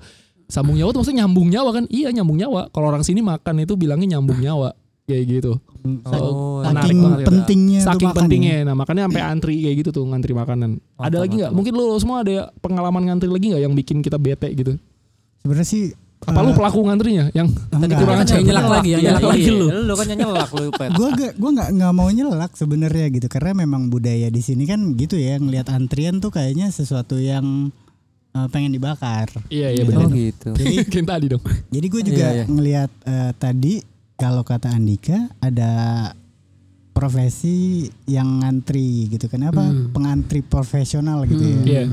sambung nyawa tuh maksudnya nyambung nyawa kan? Iya nyambung nyawa. Kalau orang sini makan itu bilangnya nyambung nyawa kayak gitu. Oh, menarik Saking banget ya. pentingnya tuh Saking Iya, makan. pentingnya. Nah makanya sampai antri kayak gitu tuh ngantri makanan. ada Mantap, lagi nggak? mantap. Mungkin lo semua ada pengalaman ngantri lagi nggak yang bikin kita bete gitu? Sebenarnya sih Apa Eh. lu pelaku ngantrinya yang Tadi kurang Kan aja. yang nyelak lagi, yang nyelak lagi ya, lu. Iya, Lu kan yang nyelak lu pet. gue gak gue nggak nggak mau nyelak sebenarnya gitu karena memang budaya di sini kan gitu ya ngelihat antrian tuh kayaknya sesuatu yang eh, pengen dibakar Iya iya Oh benar. gitu. jadi Kayak tadi dong. jadi gue juga Iya, iya. ngelihat eh, tadi kalau kata Andika ada profesi yang ngantri gitu kenapa Hmm. pengantri profesional gitu ya Hmm. Iya.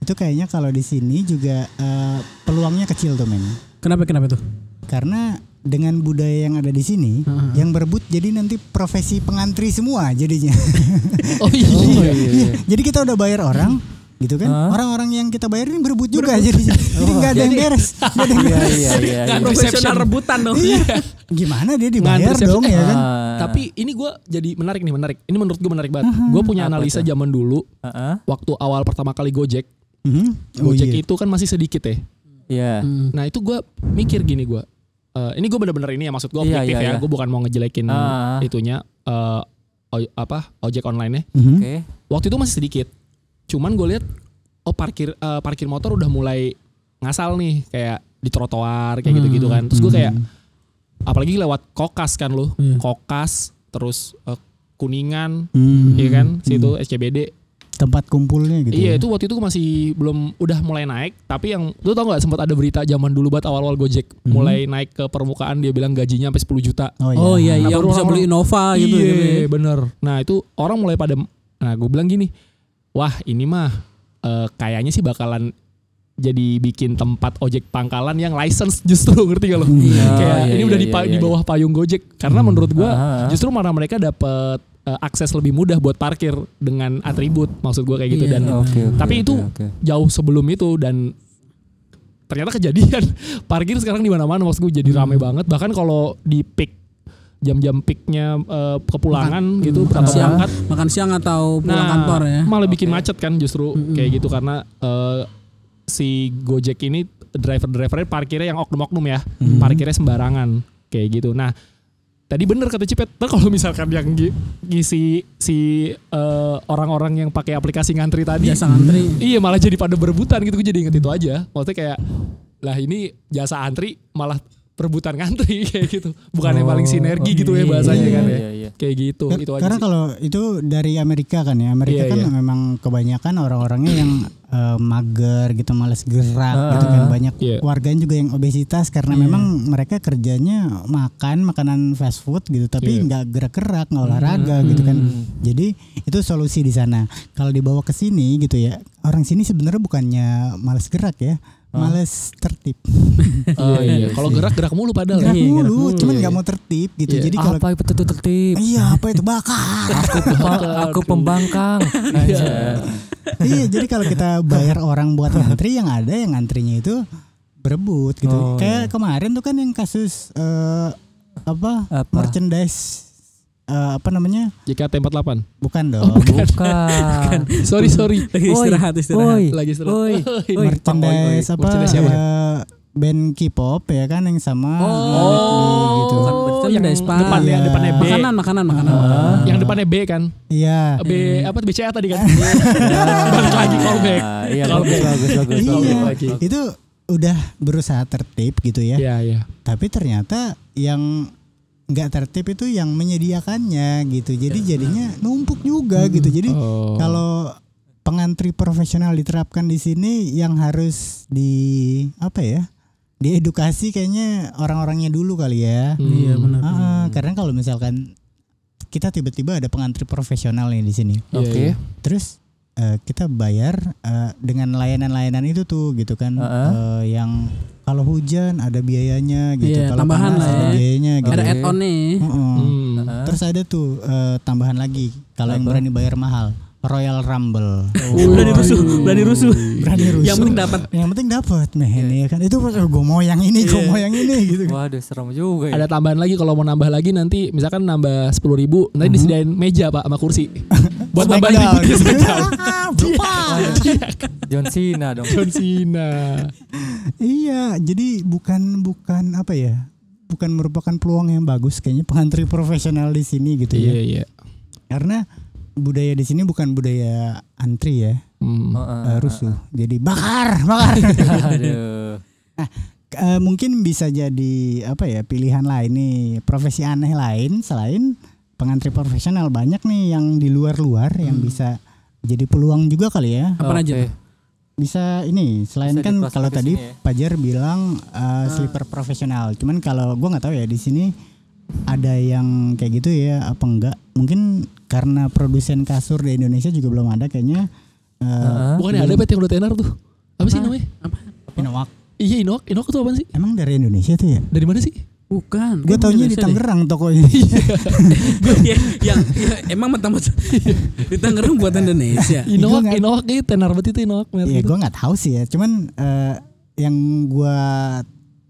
itu kayaknya kalau di sini juga eh, peluangnya kecil tuh men Kenapa kenapa tuh? karena dengan budaya yang ada di sini yang berebut jadi nanti profesi pengantri semua jadinya Oh iya. Iya, jadi kita udah bayar orang gitu kan orang-orang yang kita bayarin berebut juga jadinya jadi nggak ada yang beres Nggak ada yang Iya beres. iya iya. iya. Reception. Profesional rebutan dong. Iya. gimana dia dibayar Ngantri dong ya kan Ah, Tapi ini gue jadi menarik nih menarik. Ini menurut gue menarik banget. Mhm. Gue punya analisa zaman dulu ah, ah. waktu awal pertama kali Gojek. Mhm. Oh, Gojek iya. itu kan masih sedikit ya. Iya. Nah itu gue mikir gini gue. ini gue bener-bener ini ya maksud gue Iya, objektif iya, ya. iya. Gue bukan mau ngejelekin Ah, ah. itunya eh, oj- apa ojek online ya. Mm-hmm. Mhm. Oke. Waktu itu masih sedikit. Cuman gue lihat oh parkir eh, parkir motor udah mulai ngasal nih kayak di trotoar Hmm, kayak gitu-gitu kan. Terus gue kayak apalagi lewat kokas kan lo, Iya. kokas terus eh, kuningan, Mm-hmm. Hmm. iya kan, situ SCBD. tempat kumpulnya gitu ya. Iya itu waktu itu masih belum udah mulai naik, tapi yang lu tau nggak sempat ada berita zaman dulu buat awal-awal Gojek Hmm. mulai naik ke permukaan dia bilang gajinya sampai 10 juta. Oh iya, Nah, yang baru bisa orang- beli Innova gitu. Iya, gitu ya. bener. Nah itu orang mulai pada, nah gue bilang gini, wah ini mah eh, kayaknya sih bakalan jadi bikin tempat ojek pangkalan yang license justru ngerti gak lo? Kayak iya, ini udah iya, di, pa- iya, di iya. bawah payung Gojek karena menurut gua Ah. justru malah mereka dapat eh, akses lebih mudah buat parkir dengan atribut maksud gua kayak gitu Iya, dan iya. Oke. oke, tapi oke, itu oke. jauh sebelum itu dan ternyata kejadian parkir sekarang di mana-mana maksud gue jadi Hmm. rame banget bahkan kalau di peak jam-jam peaknya eh, kepulangan gitu Hmm, atau siang. berangkat Makan siang atau pulang Nah, kantor ya. malah bikin macet kan justru kayak gitu karena eh, si Gojek ini driver-drivernya parkirnya yang oknum-oknum ya, parkirnya sembarangan kayak gitu. Nah, tadi bener kata Cipet, ntar kalau misalkan yang gi- ngisi si eh, orang-orang yang pakai aplikasi ngantri tadi, Jasa ngantri. iya malah jadi pada berebutan gitu. Gue jadi inget itu aja. Maksudnya kayak lah ini jasa antri malah perebutan ngantri kayak gitu. Bukan yang paling sinergi gitu ya bahasanya kan ya. Iya, iya. Kayak gitu, Kan Kar- itu aja. karena sih. kalau itu dari Amerika kan ya Amerika Iya, kan iya. memang kebanyakan orang-orangnya yang eh, mager gitu males gerak gitu kan banyak Iya. warganya juga yang obesitas karena memang mereka kerjanya makan makanan fast food gitu tapi Iya. Hmm. nggak gerak-gerak nggak olahraga gitu kan jadi itu solusi di sana kalau dibawa ke sini gitu ya orang sini sebenarnya bukannya males gerak ya Ah. males tertib Oh iya, kalau gerak-gerak mulu padahal. Iya, gerak ya. mulu cuman nggak mau tertib gitu Iya. jadi kalau Apa itu tuh tertib? iya apa itu bakar Aku pemba- aku pembangkang. Anjay. iya jadi kalau kita bayar orang buat ngantri yang ada yang ngantrinya itu berebut Oh, gitu kayak kemarin tuh kan yang kasus eh, apa, Apa? merchandise eh, apa namanya JKT48. bukan dong Kan Bukan. Sorry sorry. Lagi istirahat, istirahat. Woi. Lagi istirahat. Woi. Woi. merchandise apa Merchandise siapa? eh, band K-pop ya kan yang sama Led Zeppelin gitu Oh, yang merchandise, Pak. depannya yang Iya. depannya B. Makanan, makanan, makanan. Yang depannya B kan. iya B apa tuh BCA tadi kan. Balik lagi callback. Ah, Iya, bagus bagus bagus. iya bagus. itu udah berusaha tertib gitu ya Iya iya. tapi ternyata yang nggak tertib itu yang menyediakannya gitu jadi jadinya numpuk juga gitu jadi Oh. kalau pengantri profesional diterapkan di sini yang harus di apa ya diedukasi kayaknya orang-orangnya dulu kali ya Hmm. Iya, benar. Ah, karena kalau misalkan kita tiba-tiba ada pengantri profesional nih di sini Iya, Oke. iya. terus eh, kita bayar eh, dengan layanan-layanan itu tuh gitu kan Heeh. Eh, yang kalau hujan ada biayanya gitu Iya, kalau tambahan panas lah ada ya. biayanya gitu Ada add-on nih. Heeh. Hmm. terus ada tuh eh, tambahan lagi kalau yang berani bayar mahal Royal Rumble Berani rusuh, berani rusuh. Hmm. berani rusuh Oh. Yang penting dapat. Iya. yang penting dapat men ya kan itu gue mau yang ini gue mau yang ini gitu kan Waduh, serem juga ya. iya. Ada tambahan lagi kalau mau nambah lagi nanti misalkan nambah sepuluh ribu nanti disediain meja pak sama kursi buat nambah Smackdown ribut gitu. Smackdown. Iya. Ah, berupa. John Cena dong. John Cena Iya, jadi bukan bukan apa ya? Bukan merupakan peluang yang bagus kayaknya pengantri profesional di sini gitu ya. Iya iya. Karena budaya di sini bukan budaya antri ya, Hmm. Heeh. eh, rusuh. Jadi bakar, bakar. Aduh. Eh, mungkin bisa jadi apa ya? Pilihan lain nih, profesi aneh lain selain pengantri profesional banyak nih yang di luar-luar yang bisa jadi peluang juga kali ya. Apa aja? Oke. Bisa ini selain Bisa kan di-cross kalau check di tadi sini ya. Pajar bilang uh, sleeper profesional. Cuman kalau gua nggak tahu ya di sini ada yang kayak gitu ya apa enggak? Mungkin karena produsen kasur di Indonesia juga belum ada kayaknya. Uh, Heeh. Bukan ada bet yang udah tenar tuh. Apa sih namanya? Inowak. Iya Inok. Inok tuh apaan sih? Emang dari Indonesia tuh ya? Dari mana sih? Bukan. Gue kan taunya di Indonesia deh. Tangerang tokonya. Iya, yang iya, emang mentah-mentah di Tangerang buatan Indonesia. gua Inok, nggak- Inok kayak iya, tenar banget itu Inok. merek kan? Iya, gitu. gue nggak tahu sih ya. Cuman eh, yang gue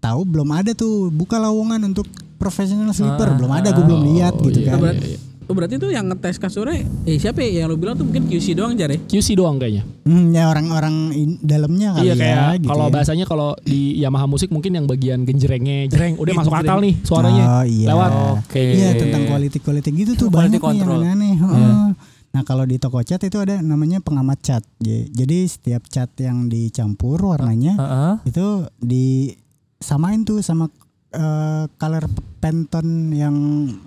tahu belum ada tuh buka lowongan untuk professional sleeper. belum ada, gue belum lihat gitu iya, kan. iya, iya. Oh, berarti tuh yang ngetes kasurnya eh siapa ya yang lu bilang tuh mungkin QC doang jar ya? QC doang kayaknya. Hmm, ya orang-orang in- dalamnya kali Iya ya. kayak gitu kalau ya. bahasanya kalau di Yamaha musik mungkin yang bagian genjerengnya jereng udah masuk akal nih suaranya. Oh, iya. Lewat. Oke. Iya tentang quality quality gitu tuh Quality banyak nih yang control. Hmm. aneh. Nah kalau di toko cat itu ada namanya pengamat cat. J- Jadi setiap cat yang dicampur warnanya Heeh. itu disamain tuh sama eh, color Pantone yang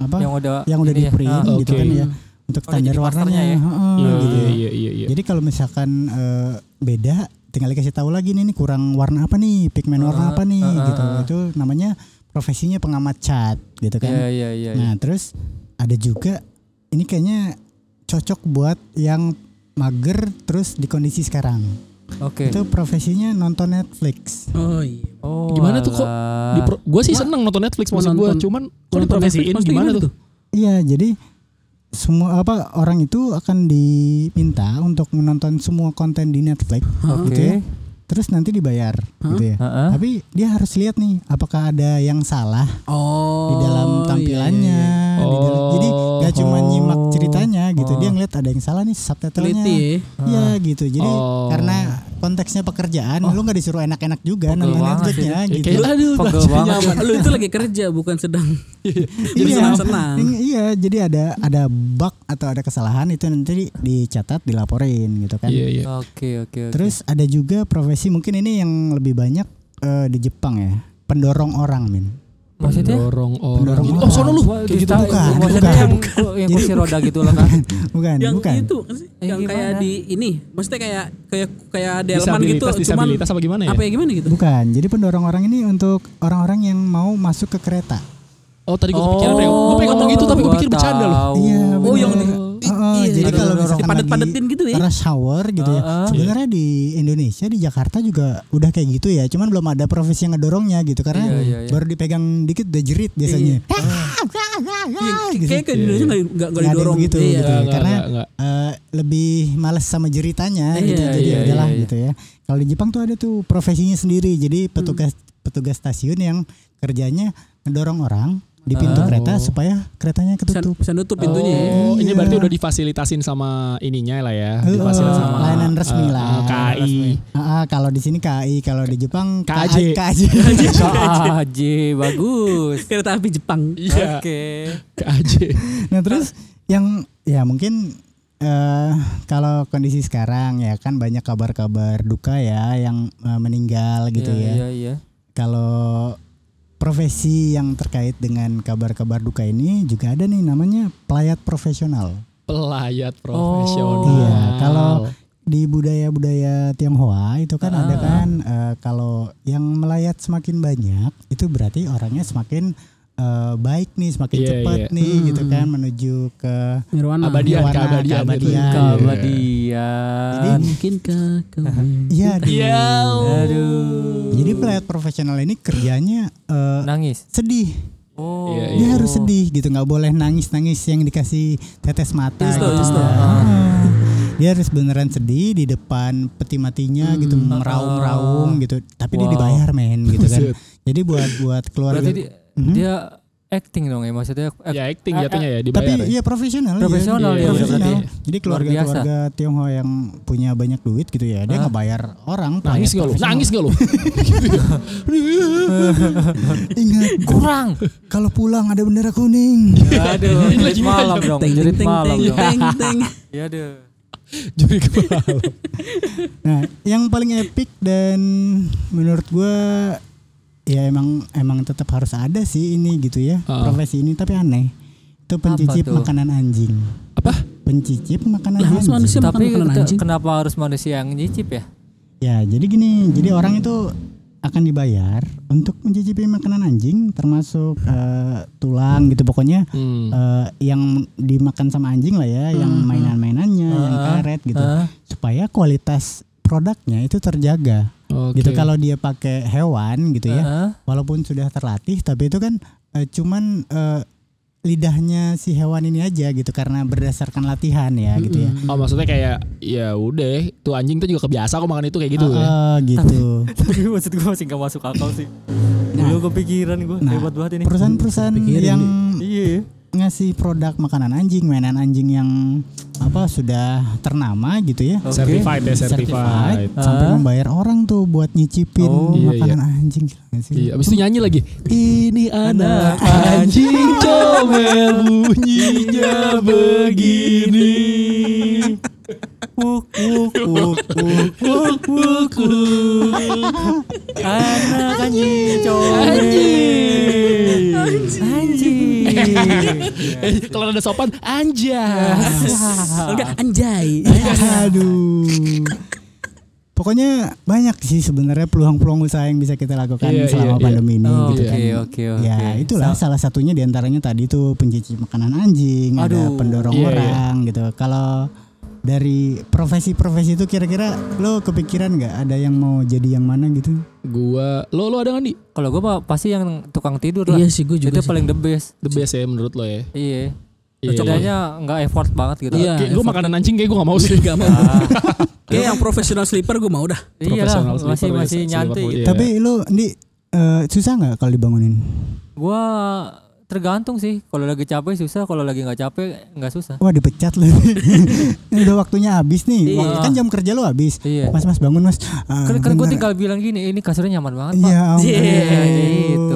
apa? Yang udah yang udah ini di ya. print Ah, gitu oke. kan ya untuk Udah standar jadi warnanya masternya ya. Heeh, Iya gitu iya ya. iya iya. iya. jadi kalau misalkan eh, beda tinggal dikasih tahu lagi nih ini kurang warna apa nih pigmen warna apa nih ah, gitu ah, ah. itu namanya profesinya pengamat cat gitu Iya kan iya iya. iya. nah terus ada juga ini kayaknya cocok buat yang mager terus di kondisi sekarang Nah, Oke. itu profesinya nonton Netflix Oh iya. Oh. Gimana tuh kok Di pro- gua sih seneng nonton Netflix maksud gua, Nonton- cuman nonton kalau diprofesiin Netflix gimana maksudnya tuh? iya jadi semua apa orang itu akan diminta untuk menonton semua konten di Netflix gitu ya Oke. terus nanti dibayar gitu ya Heeh. Tapi dia harus lihat nih apakah ada yang salah Oh. iya. di dalam tampilannya. di dalam- jadi gak cuma Oh. nyimak ceritanya gitu. Dia ngeliat ada yang salah nih subtitlenya. Teliti ya. Iya gitu. Jadi Oh. karena konteksnya pekerjaan, lu nggak disuruh enak-enak juga Pegel nonton banget Netflixnya Ya, gitu. kayak, aduh, Pegel bacanya banget. nyaman. Lu itu lagi kerja bukan sedang jadi Iya. senang-senang. Iya, Iya, jadi ada ada bug atau ada kesalahan itu nanti di- dicatat, dilaporin gitu kan. Iya iya. Oke oke. oke. Terus ada juga profesi mungkin ini yang lebih banyak eh, di Jepang ya, pendorong orang, Min. maksudnya Dorong orang. Pendorong Oh, sono lu. Wah, Kayak gitu. kita- Bukan, Maksudnya bukan. yang yang kursi roda gitu loh kan. Bukan, yang bukan. itu kan sih? Eh, yang kayak gimana? di ini maksudnya kayak kayak kayak delman gitu Disabilitas, cuman disabilitas apa gimana ya? apa ya gimana gitu Bukan, jadi pendorong orang ini untuk orang-orang yang mau masuk ke kereta. Oh, tadi gua kepikiran ya. Gua pengen ngomong gitu tapi gua pikir bercanda loh. tahu. Oh, yang Iya, bener. di- Heeh, iya, jadi iya. kalau Pendorong. misalkan Dipadet-padetin lagi gitu ya. ah. rush hour gitu ya. Heeh. Sebenarnya di Indonesia di Jakarta juga udah kayak gitu ya, cuman belum ada profesi yang ngedorongnya gitu karena Iya, iya, iya. baru dipegang dikit udah jerit biasanya. Iya, gitu. kayak ke Indonesia nggak nggak nggak Nggak ada yang didorong begitu, Iya. gitu. Enggak, enggak, Karena- enggak, enggak. Eh, lebih males sama jeritannya Iya, gitu. jadi iya, udahlah iya, iya. gitu ya. Kalau di Jepang tuh ada tuh profesinya sendiri. Jadi petugas petugas stasiun yang kerjanya ngedorong orang di pintu Ah. kereta supaya keretanya bisa, ketutup. bisa nutup pintunya ya. Oh, ini Iya. berarti udah difasilitasin sama ininya lah ya. Eh, Difasilitasin sama layanan resmi eh, lah. eh, KI. Ah, ah, kalau di sini KI, kalau di Jepang KAJ. KAJ. KAJ bagus. kereta api Jepang Iya, Ya. Oke. KAJ. Nah terus yang ya mungkin eh kalau kondisi sekarang ya kan banyak kabar-kabar duka ya yang eh, meninggal gitu Iya ya. iya. kalau profesi yang terkait dengan kabar-kabar duka ini juga ada nih namanya pelayat profesional. Pelayat Oh, profesional. Iya, kalau- Di budaya-budaya Tionghoa itu kan Ah. ada kan eh, kalau yang melayat semakin banyak itu berarti orangnya semakin eh, baik nih, semakin Iya, cepat iya. nih gitu kan menuju ke Nirwana Abadi. Keabadian, warna keabadian keabadian. gitu. ya. Keabadian. mungkinkah kau Iya, aduh. Iya. Aduh. Jadi pelayat profesional ini kerjanya eh, Nah. Nangis. sedih. Oh. Iya, Dia harus sedih gitu, nggak boleh nangis-nangis yang dikasih tetes mata. Insta, gitu. insta. Ah. dia harus beneran sedih di depan peti matinya gitu meraung-raung gitu tapi dia Wow. dibayar men gitu kan Buset. jadi buat buat keluarga Berarti di- gitu. Mhm. dia acting dong ya maksudnya act- ya acting eh, jatuhnya ya dibayar. Tapi ya. iya profesional. iya. Profesional ya, Profesional. berarti. Jadi keluarga-keluarga Tionghoa yang punya banyak duit gitu ya, dia Hah? ngebayar orang. Nangis nggak gak lu? Nangis gak lu? Ingat kurang kalau pulang ada bendera kuning. aduh jerit malam dong Teng, jerit teng, malam teng, dong teng, teng. ya deh Jadi kepala. Nah, yang paling epic dan menurut gua ya emang emang tetap harus ada sih ini gitu ya Ah. profesi ini tapi aneh. Itu pencicip tuh? makanan anjing. Apa? Pencicip makanan Lah, harus anjing. manusia makan tapi makanan te- anjing. kenapa harus manusia yang nyicip ya Ya, jadi gini, jadi orang itu akan dibayar untuk mencicipi makanan anjing termasuk eh, tulang gitu pokoknya Hmm. eh, yang dimakan sama anjing lah ya, yang Hmm. mainan-mainannya, yang karet gitu. supaya kualitas produknya itu terjaga. Oke. Gitu kalau dia pakai hewan gitu ya, Heeh. walaupun sudah terlatih tapi itu kan eh, cuman eh, lidahnya si hewan ini aja gitu karena berdasarkan latihan ya gitu ya. Oh maksudnya kayak ya udah tuh anjing tuh juga kebiasa kok makan itu kayak gitu Eh, ya. eh, gitu. tapi maksud gue masih gak masuk akal sih dulu kepikiran gue Nah. hebat banget ini Perusahaan-perusahaan Pikirin, yang iya ngasih produk makanan anjing, mainan anjing yang apa sudah ternama gitu ya. oke Certified ya certified. Certified, sampai Ah. membayar orang tuh buat nyicipin Oh, iya, makanan anjing Gila nggak sih? Iya, abis itu nyanyi lagi. Ini anak anjing comel Ya bunyinya begini. wuk wuk wuk wuk wuk wuk wuk. anak anjing cowok Anjing. anjing Iya. Eh, kalau ada sopan anjas. Enggak anjay. Aduh. Pokoknya banyak sih sebenarnya peluang-peluang usaha yang bisa kita lakukan Iya, selama iya, iya. pandemi ini Oh, gitu oke, kan. oke, oke. Ya, itulah salah satunya diantaranya tadi tuh pencuci makanan anjing, ada Aduh, pendorong iya, iya. orang gitu. Kalau dari profesi-profesi itu kira-kira lo kepikiran nggak ada yang mau jadi yang mana gitu? Gua lo lo ada kan di kalau gue mah pasti yang tukang tidur lah Iya sih gue itu juga. paling the best the best ya menurut lo ya. iya Iya. Setidaknya nggak effort banget gitu Iya. Kayak gue makanan anjing kayak gue gak mau sih Gak mau Kayak yang profesional sleeper gue mau dah. Iya Profesional lah, masih sleeper, masih sleeper, nyantai. iya. Tapi lo Ndi, eh, susah nggak kalau dibangunin? Gua tergantung sih. Kalau lagi capek susah, kalau lagi nggak capek nggak susah. Wah dipecat lo. Udah waktunya habis nih. Wak- Iya. Kan jam kerja lo habis. Iya. Mas mas bangun mas. Ah, Kan, kan gue bentar. tinggal bilang gini, ini kasurnya nyaman banget pak. Iya, ampun. Iya, gitu.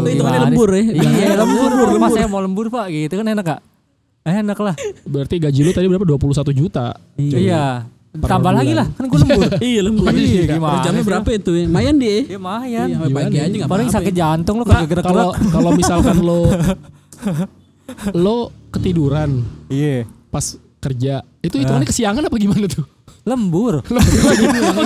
Itu hitungannya Gimana lembur ya. sih? Iya lembur. Pak saya mau lembur pak, gitu kan enak gak? Eh, enak lah. Berarti gaji lo tadi berapa? 21 juta Iya. Per Tambah bulan. lagi lah, kan gue lembur. Iya lembur. Iya, gimana? Per jamnya sih? berapa itu ya? Mayan dia. Iya mayan. Iya, sampai pagi aja nggak Paling apa-apa sakit ya. jantung lu Nah, kagak gerak-gerak. kalau kalau misalkan lo lo ketiduran Iya. pas kerja itu Ah. hitungannya kesiangan apa gimana tuh? Lembur. Lo,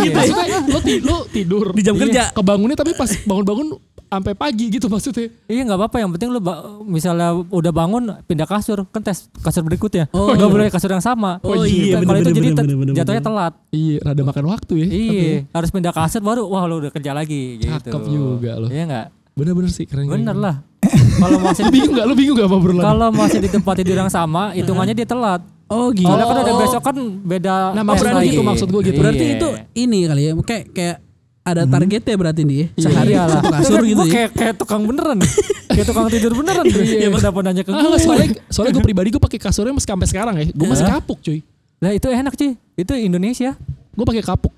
Iya. maksudnya lo, ti- lo tidur Di jam Iya. kerja. kebangunnya tapi pas bangun-bangun sampai pagi gitu maksudnya. Iya nggak apa-apa yang penting lu ba- misalnya udah bangun pindah kasur kan tes kasur berikutnya Oh, nggak iya. boleh kasur yang sama. Kalau Oh, iya, itu bener-bener, jadi te- bener-bener, jatuhnya telat. Iya, rada makan waktu Eh, ya. Iya harus pindah kasur baru wah lu udah kerja lagi gitu. Cakep juga lu. Iya nggak Bener-bener sih keren. bener lah. Kalau masih Lo bingung gak? Lo bingung gak apa berulang? kalau masih di tempat tidur yang sama hitungannya dia telat. Oh gila. Soalnya kan ada besok kan beda. Nah, tes maksud gua lagi. gitu, maksud gua gitu. Berarti Iya. Hmm. itu ini kali ya. Kayak kayak ada targetnya berarti nih. ya, Sehari Iya lah. satu kasur gitu Gua ya. kayak kayak tukang beneran. kayak tukang tidur beneran. Iya. Kenapa nanya ke Ah, gue? nggak, soalnya soalnya gue pribadi gue pakai kasurnya masih sampai sekarang ya. Gue masih kapuk cuy. Lah itu enak cuy. Itu Indonesia. Gue pakai kapuk.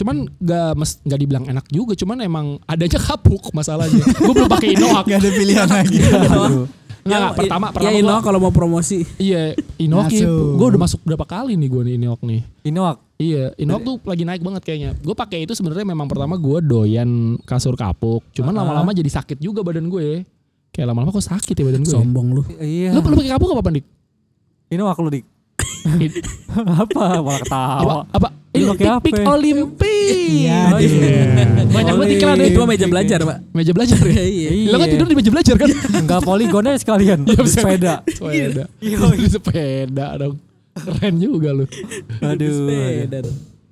Cuman gak mes gak dibilang enak juga, cuman emang adanya kapuk masalahnya. gue belum pakai Inoak. Gak ada pilihan lagi. Iya, Aduh. Nggak, nggak, i- pertama ya pertama Ino gua, kalau mau promosi. iya Inoak Masuk. ya, gue udah masuk berapa kali nih gue nih Inoak nih. Inoak. Iya, Inoak tuh lagi naik banget kayaknya. Gue pakai itu sebenarnya memang pertama gue doyan kasur kapuk, cuman Ah. lama-lama jadi sakit juga badan gue. Kayak lama-lama kok sakit ya badan gue. ya? Sombong lu. Iya. Lu perlu pakai kapuk apa Pandik? Inoak lu dik. apa malah ketawa. Apa? apa? Lu Ini pakai apa? Piknik Olimpik. Iya, Oh, iya. Banyak banget Oli. iklan ada Itu itu. mah meja belajar pak. Meja belajar ya. Iya. Lo kan tidur di meja belajar kan? Enggak poligonnya sekalian. Iya, Di bisa. sepeda. Sepeda. Di sepeda dong. Keren juga lu. Aduh. Sepeda.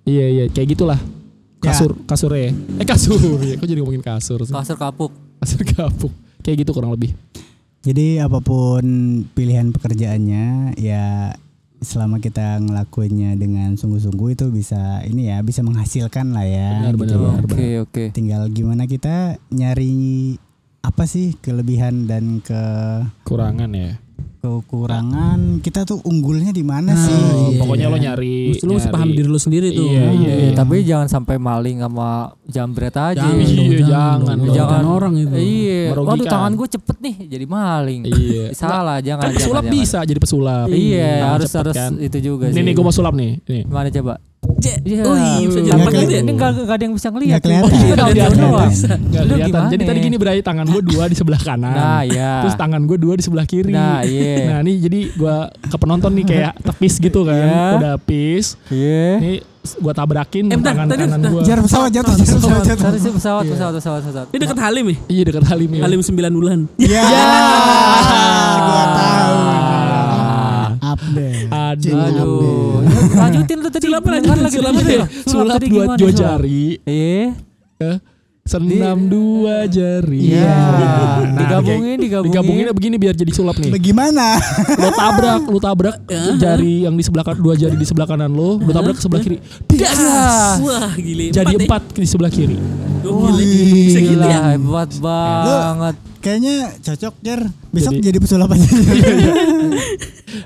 Iya iya kayak gitulah. Kasur kasurnya ya. Eh kasur. ya. Kok jadi ngomongin kasur sih? Kasur kapuk. Kasur kapuk. Kayak gitu kurang lebih. Jadi apapun pilihan pekerjaannya ya selama kita ngelakuinnya dengan sungguh-sungguh itu bisa ini ya bisa menghasilkan lah ya. Benar, gitu benar, ya. benar. Oke oke. Tinggal gimana kita nyari apa sih kelebihan dan ke Kurangan ya. kekurangan kita tuh unggulnya di mana Nah, sih? Oh, iya. Pokoknya lo nyari. Mesti lu mesti paham nyari. diri Hmm. lu sendiri tuh. Iya, iya, Eh, iya. Tapi jangan sampai maling sama jambret aja. Iya, Jangan, dong, jangan, dong. jangan. Jangan orang itu. Iya. Waduh Merugikan. tangan gue cepet nih jadi maling. Iya. Salah jangan. Kan jangan, pesulap jangan. bisa jadi pesulap. Iya Nah, harus cepet harus kan. itu juga Ini sih. nih gue mau sulap nih. Nih. Mana coba? Iya. Oh iya, bisa jadi Apa pakai gitu dia. Ini nggak nggak ada yang bisa ngeliat. Nggak kelihatan. Oh, iya, Nggak audio kelihatan. doang. Nggak Lu kelihatan. gimana? Jadi tadi gini berarti tangan gue dua di sebelah kanan. Nah ya. Terus tangan gue dua di sebelah kiri. Nah iya. Nah ini jadi gue ke penonton nih kayak tepis gitu kan. Iya. Udah pis. Iya. Ini gue tabrakin Eh, bentar, tangan tadi- kanan gue. Jar pesawat jatuh, jar pesawat jatuh. Sorry sih pesawat pesawat pesawat pesawat. Ini dekat Halim ya? Iya dekat Halim ya. Halim 9 bulan. Ya, gua tahu. Update. Ah. Aduh. Aduh. Ya, Lanjutin lu tadi. Sulap, Dengar lanjutin, lagi sulap, tadi. lanjutin. Sulap tadi dua gimana, dua sulap? jari. Iya. Eh, Senam dua jari. Iya. Nah, Digabungin kayak- digabungin. Digabungin begini biar jadi sulap nih. Bagaimana? Lu tabrak, lu tabrak Iya. jari yang di sebelah kan- dua jari di sebelah kanan lu, lu tabrak ke sebelah kiri. Iya. Iya. Das. Wah, gile. Jadi ya. empat eh. di sebelah kiri. Duh, gile. Bisa gitu Gila ya. hebat banget. Kayaknya cocok Jar. Besok Jadi- jadi, pesulap aja.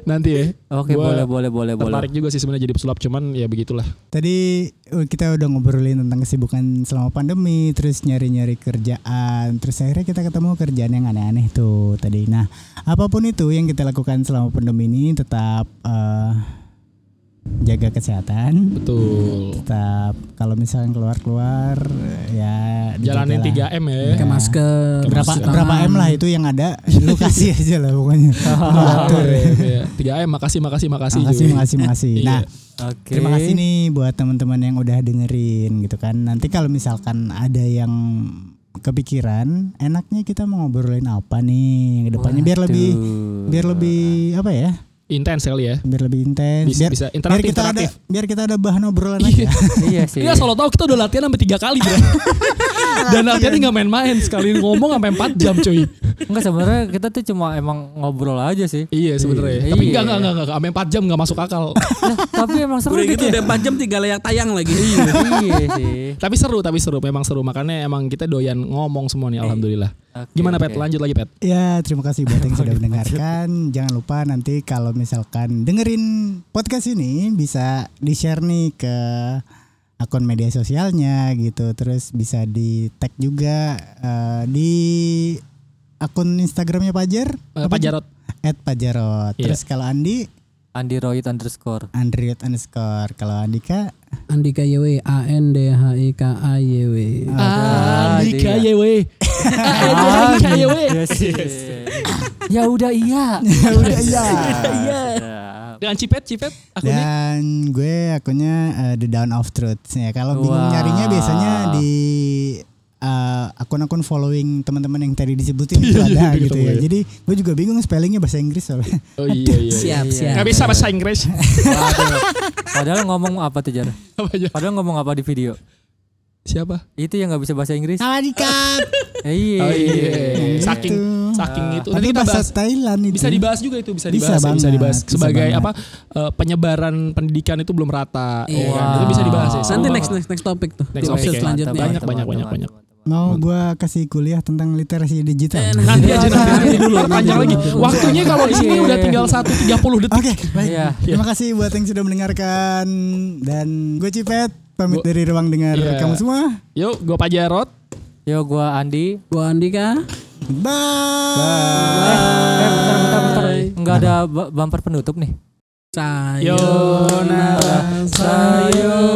Nanti ya. Oke Gua boleh boleh boleh boleh. Tertarik juga sih sebenarnya jadi pesulap cuman ya begitulah. Tadi eh, kita udah ngobrolin tentang kesibukan selama pandemi, terus nyari-nyari kerjaan, terus akhirnya kita ketemu kerjaan yang aneh-aneh tuh tadi. Nah, apapun itu yang kita lakukan selama pandemi ini tetap eh, jaga kesehatan, Betul. tetap kalau misalkan keluar-keluar eh, ya Jalanin dijagalah. 3M ya. Pakai masker, berapa Ah. cuci tangan. berapa m lah itu yang ada lu kasih aja lah pokoknya Lu atur. 3M ya. makasih makasih makasih. makasih Joy. makasih makasih Iya. nah Oke. terima kasih nih buat teman-teman yang udah dengerin gitu kan nanti kalau misalkan ada yang kepikiran enaknya kita mau ngobrolin apa nih kedepannya biar lebih Waduh. biar lebih apa ya Intens kali ya. biar lebih intens Bisa, biar, bisa. biar interaktif kita ada interaktif. biar kita ada bahan obrolan aja Iya sih. Iya, soalnya tahu kita udah latihan sampai tiga kali, Bro. Dan latihannya nggak main-main sekali ngomong sampai 4 jam, cuy. Enggak sebenarnya kita tuh cuma emang ngobrol aja sih. Iya sebenarnya. Iya. Tapi Iya. enggak enggak enggak enggak sampai 4 jam enggak masuk akal. Lah, tapi emang seru Udah gitu. gitu ya. udah 4 jam tiga layak tayang lagi. iya sih. tapi seru, tapi seru, memang seru. Makanya emang kita doyan ngomong semua nih alhamdulillah. Oke, Gimana Pet? Eh. oke. Lanjut lagi Pet. Eh, Ya, terima kasih buat yang sudah mendengarkan. Jangan lupa nanti kalau misalkan dengerin podcast ini bisa di-share nih ke akun media sosialnya gitu. Terus bisa di-tag juga eh, di akun Instagramnya Pajar. Eh, Pak Jarot. At Pajarot. Iya. Terus kalau Andi, Andi Royit underscore. Andriot underscore. Kalau Andika, Andika YW A N D H I K A Ah, YW. Ah, Andika iya. Yewe. Andika Yewe. Iya sih. Ya udah iya. ya udah ya. Sedap. Dengan Cipet, Cipet. Aku nih. Dan gue akunnya eh, The Down of Truth. Ya, kalau bingung Wah. nyarinya biasanya di eh, akun-akun following teman-teman yang tadi disebutin itu ada iya, gitu ketemu ya. ya. Jadi gue juga bingung spellingnya bahasa Inggris soalnya. Oh iya iya. iya. Siap, siap. Nggak bisa bahasa Inggris. Waduh. Padahal ngomong apa tuh Jar? Apa aja? Padahal ngomong apa di video? Siapa? Itu yang nggak bisa bahasa Inggris. Adikat. Iya. Oh iya. Gitu. Saking saking itu. Tapi Nanti kita bahasa bahas Thailand itu. bisa dibahas juga itu bisa Bisa dibahas ya, bisa banget, dibahas bisa sebagai banget. apa eh, penyebaran pendidikan itu belum rata ya Iya. kan? itu bisa dibahas ya seru Nanti banget. next next next topik tuh. Next Di topic episode ya. selanjutnya. Banyak, banyak, banyak, banyak. Mau gue kasih kuliah tentang literasi digital. nanti aja Eh, Nanti, nanti nanti dulu, dulu nanti panjang dulu. lagi waktunya kalau di sini udah tinggal satu tiga puluh detik Oke, baik. Iya. Terima kasih buat yang sudah mendengarkan dan gue Cipet pamit Gua- dari ruang dengar Iya. kamu semua. yuk gue pajarot Yo gua Andi. Gua Andika. Eh, Bye. eh, bentar, bentar, bentar. Nggak ada ba- bumper penutup nih. Sayonara. Yonara, sayonara. Iya,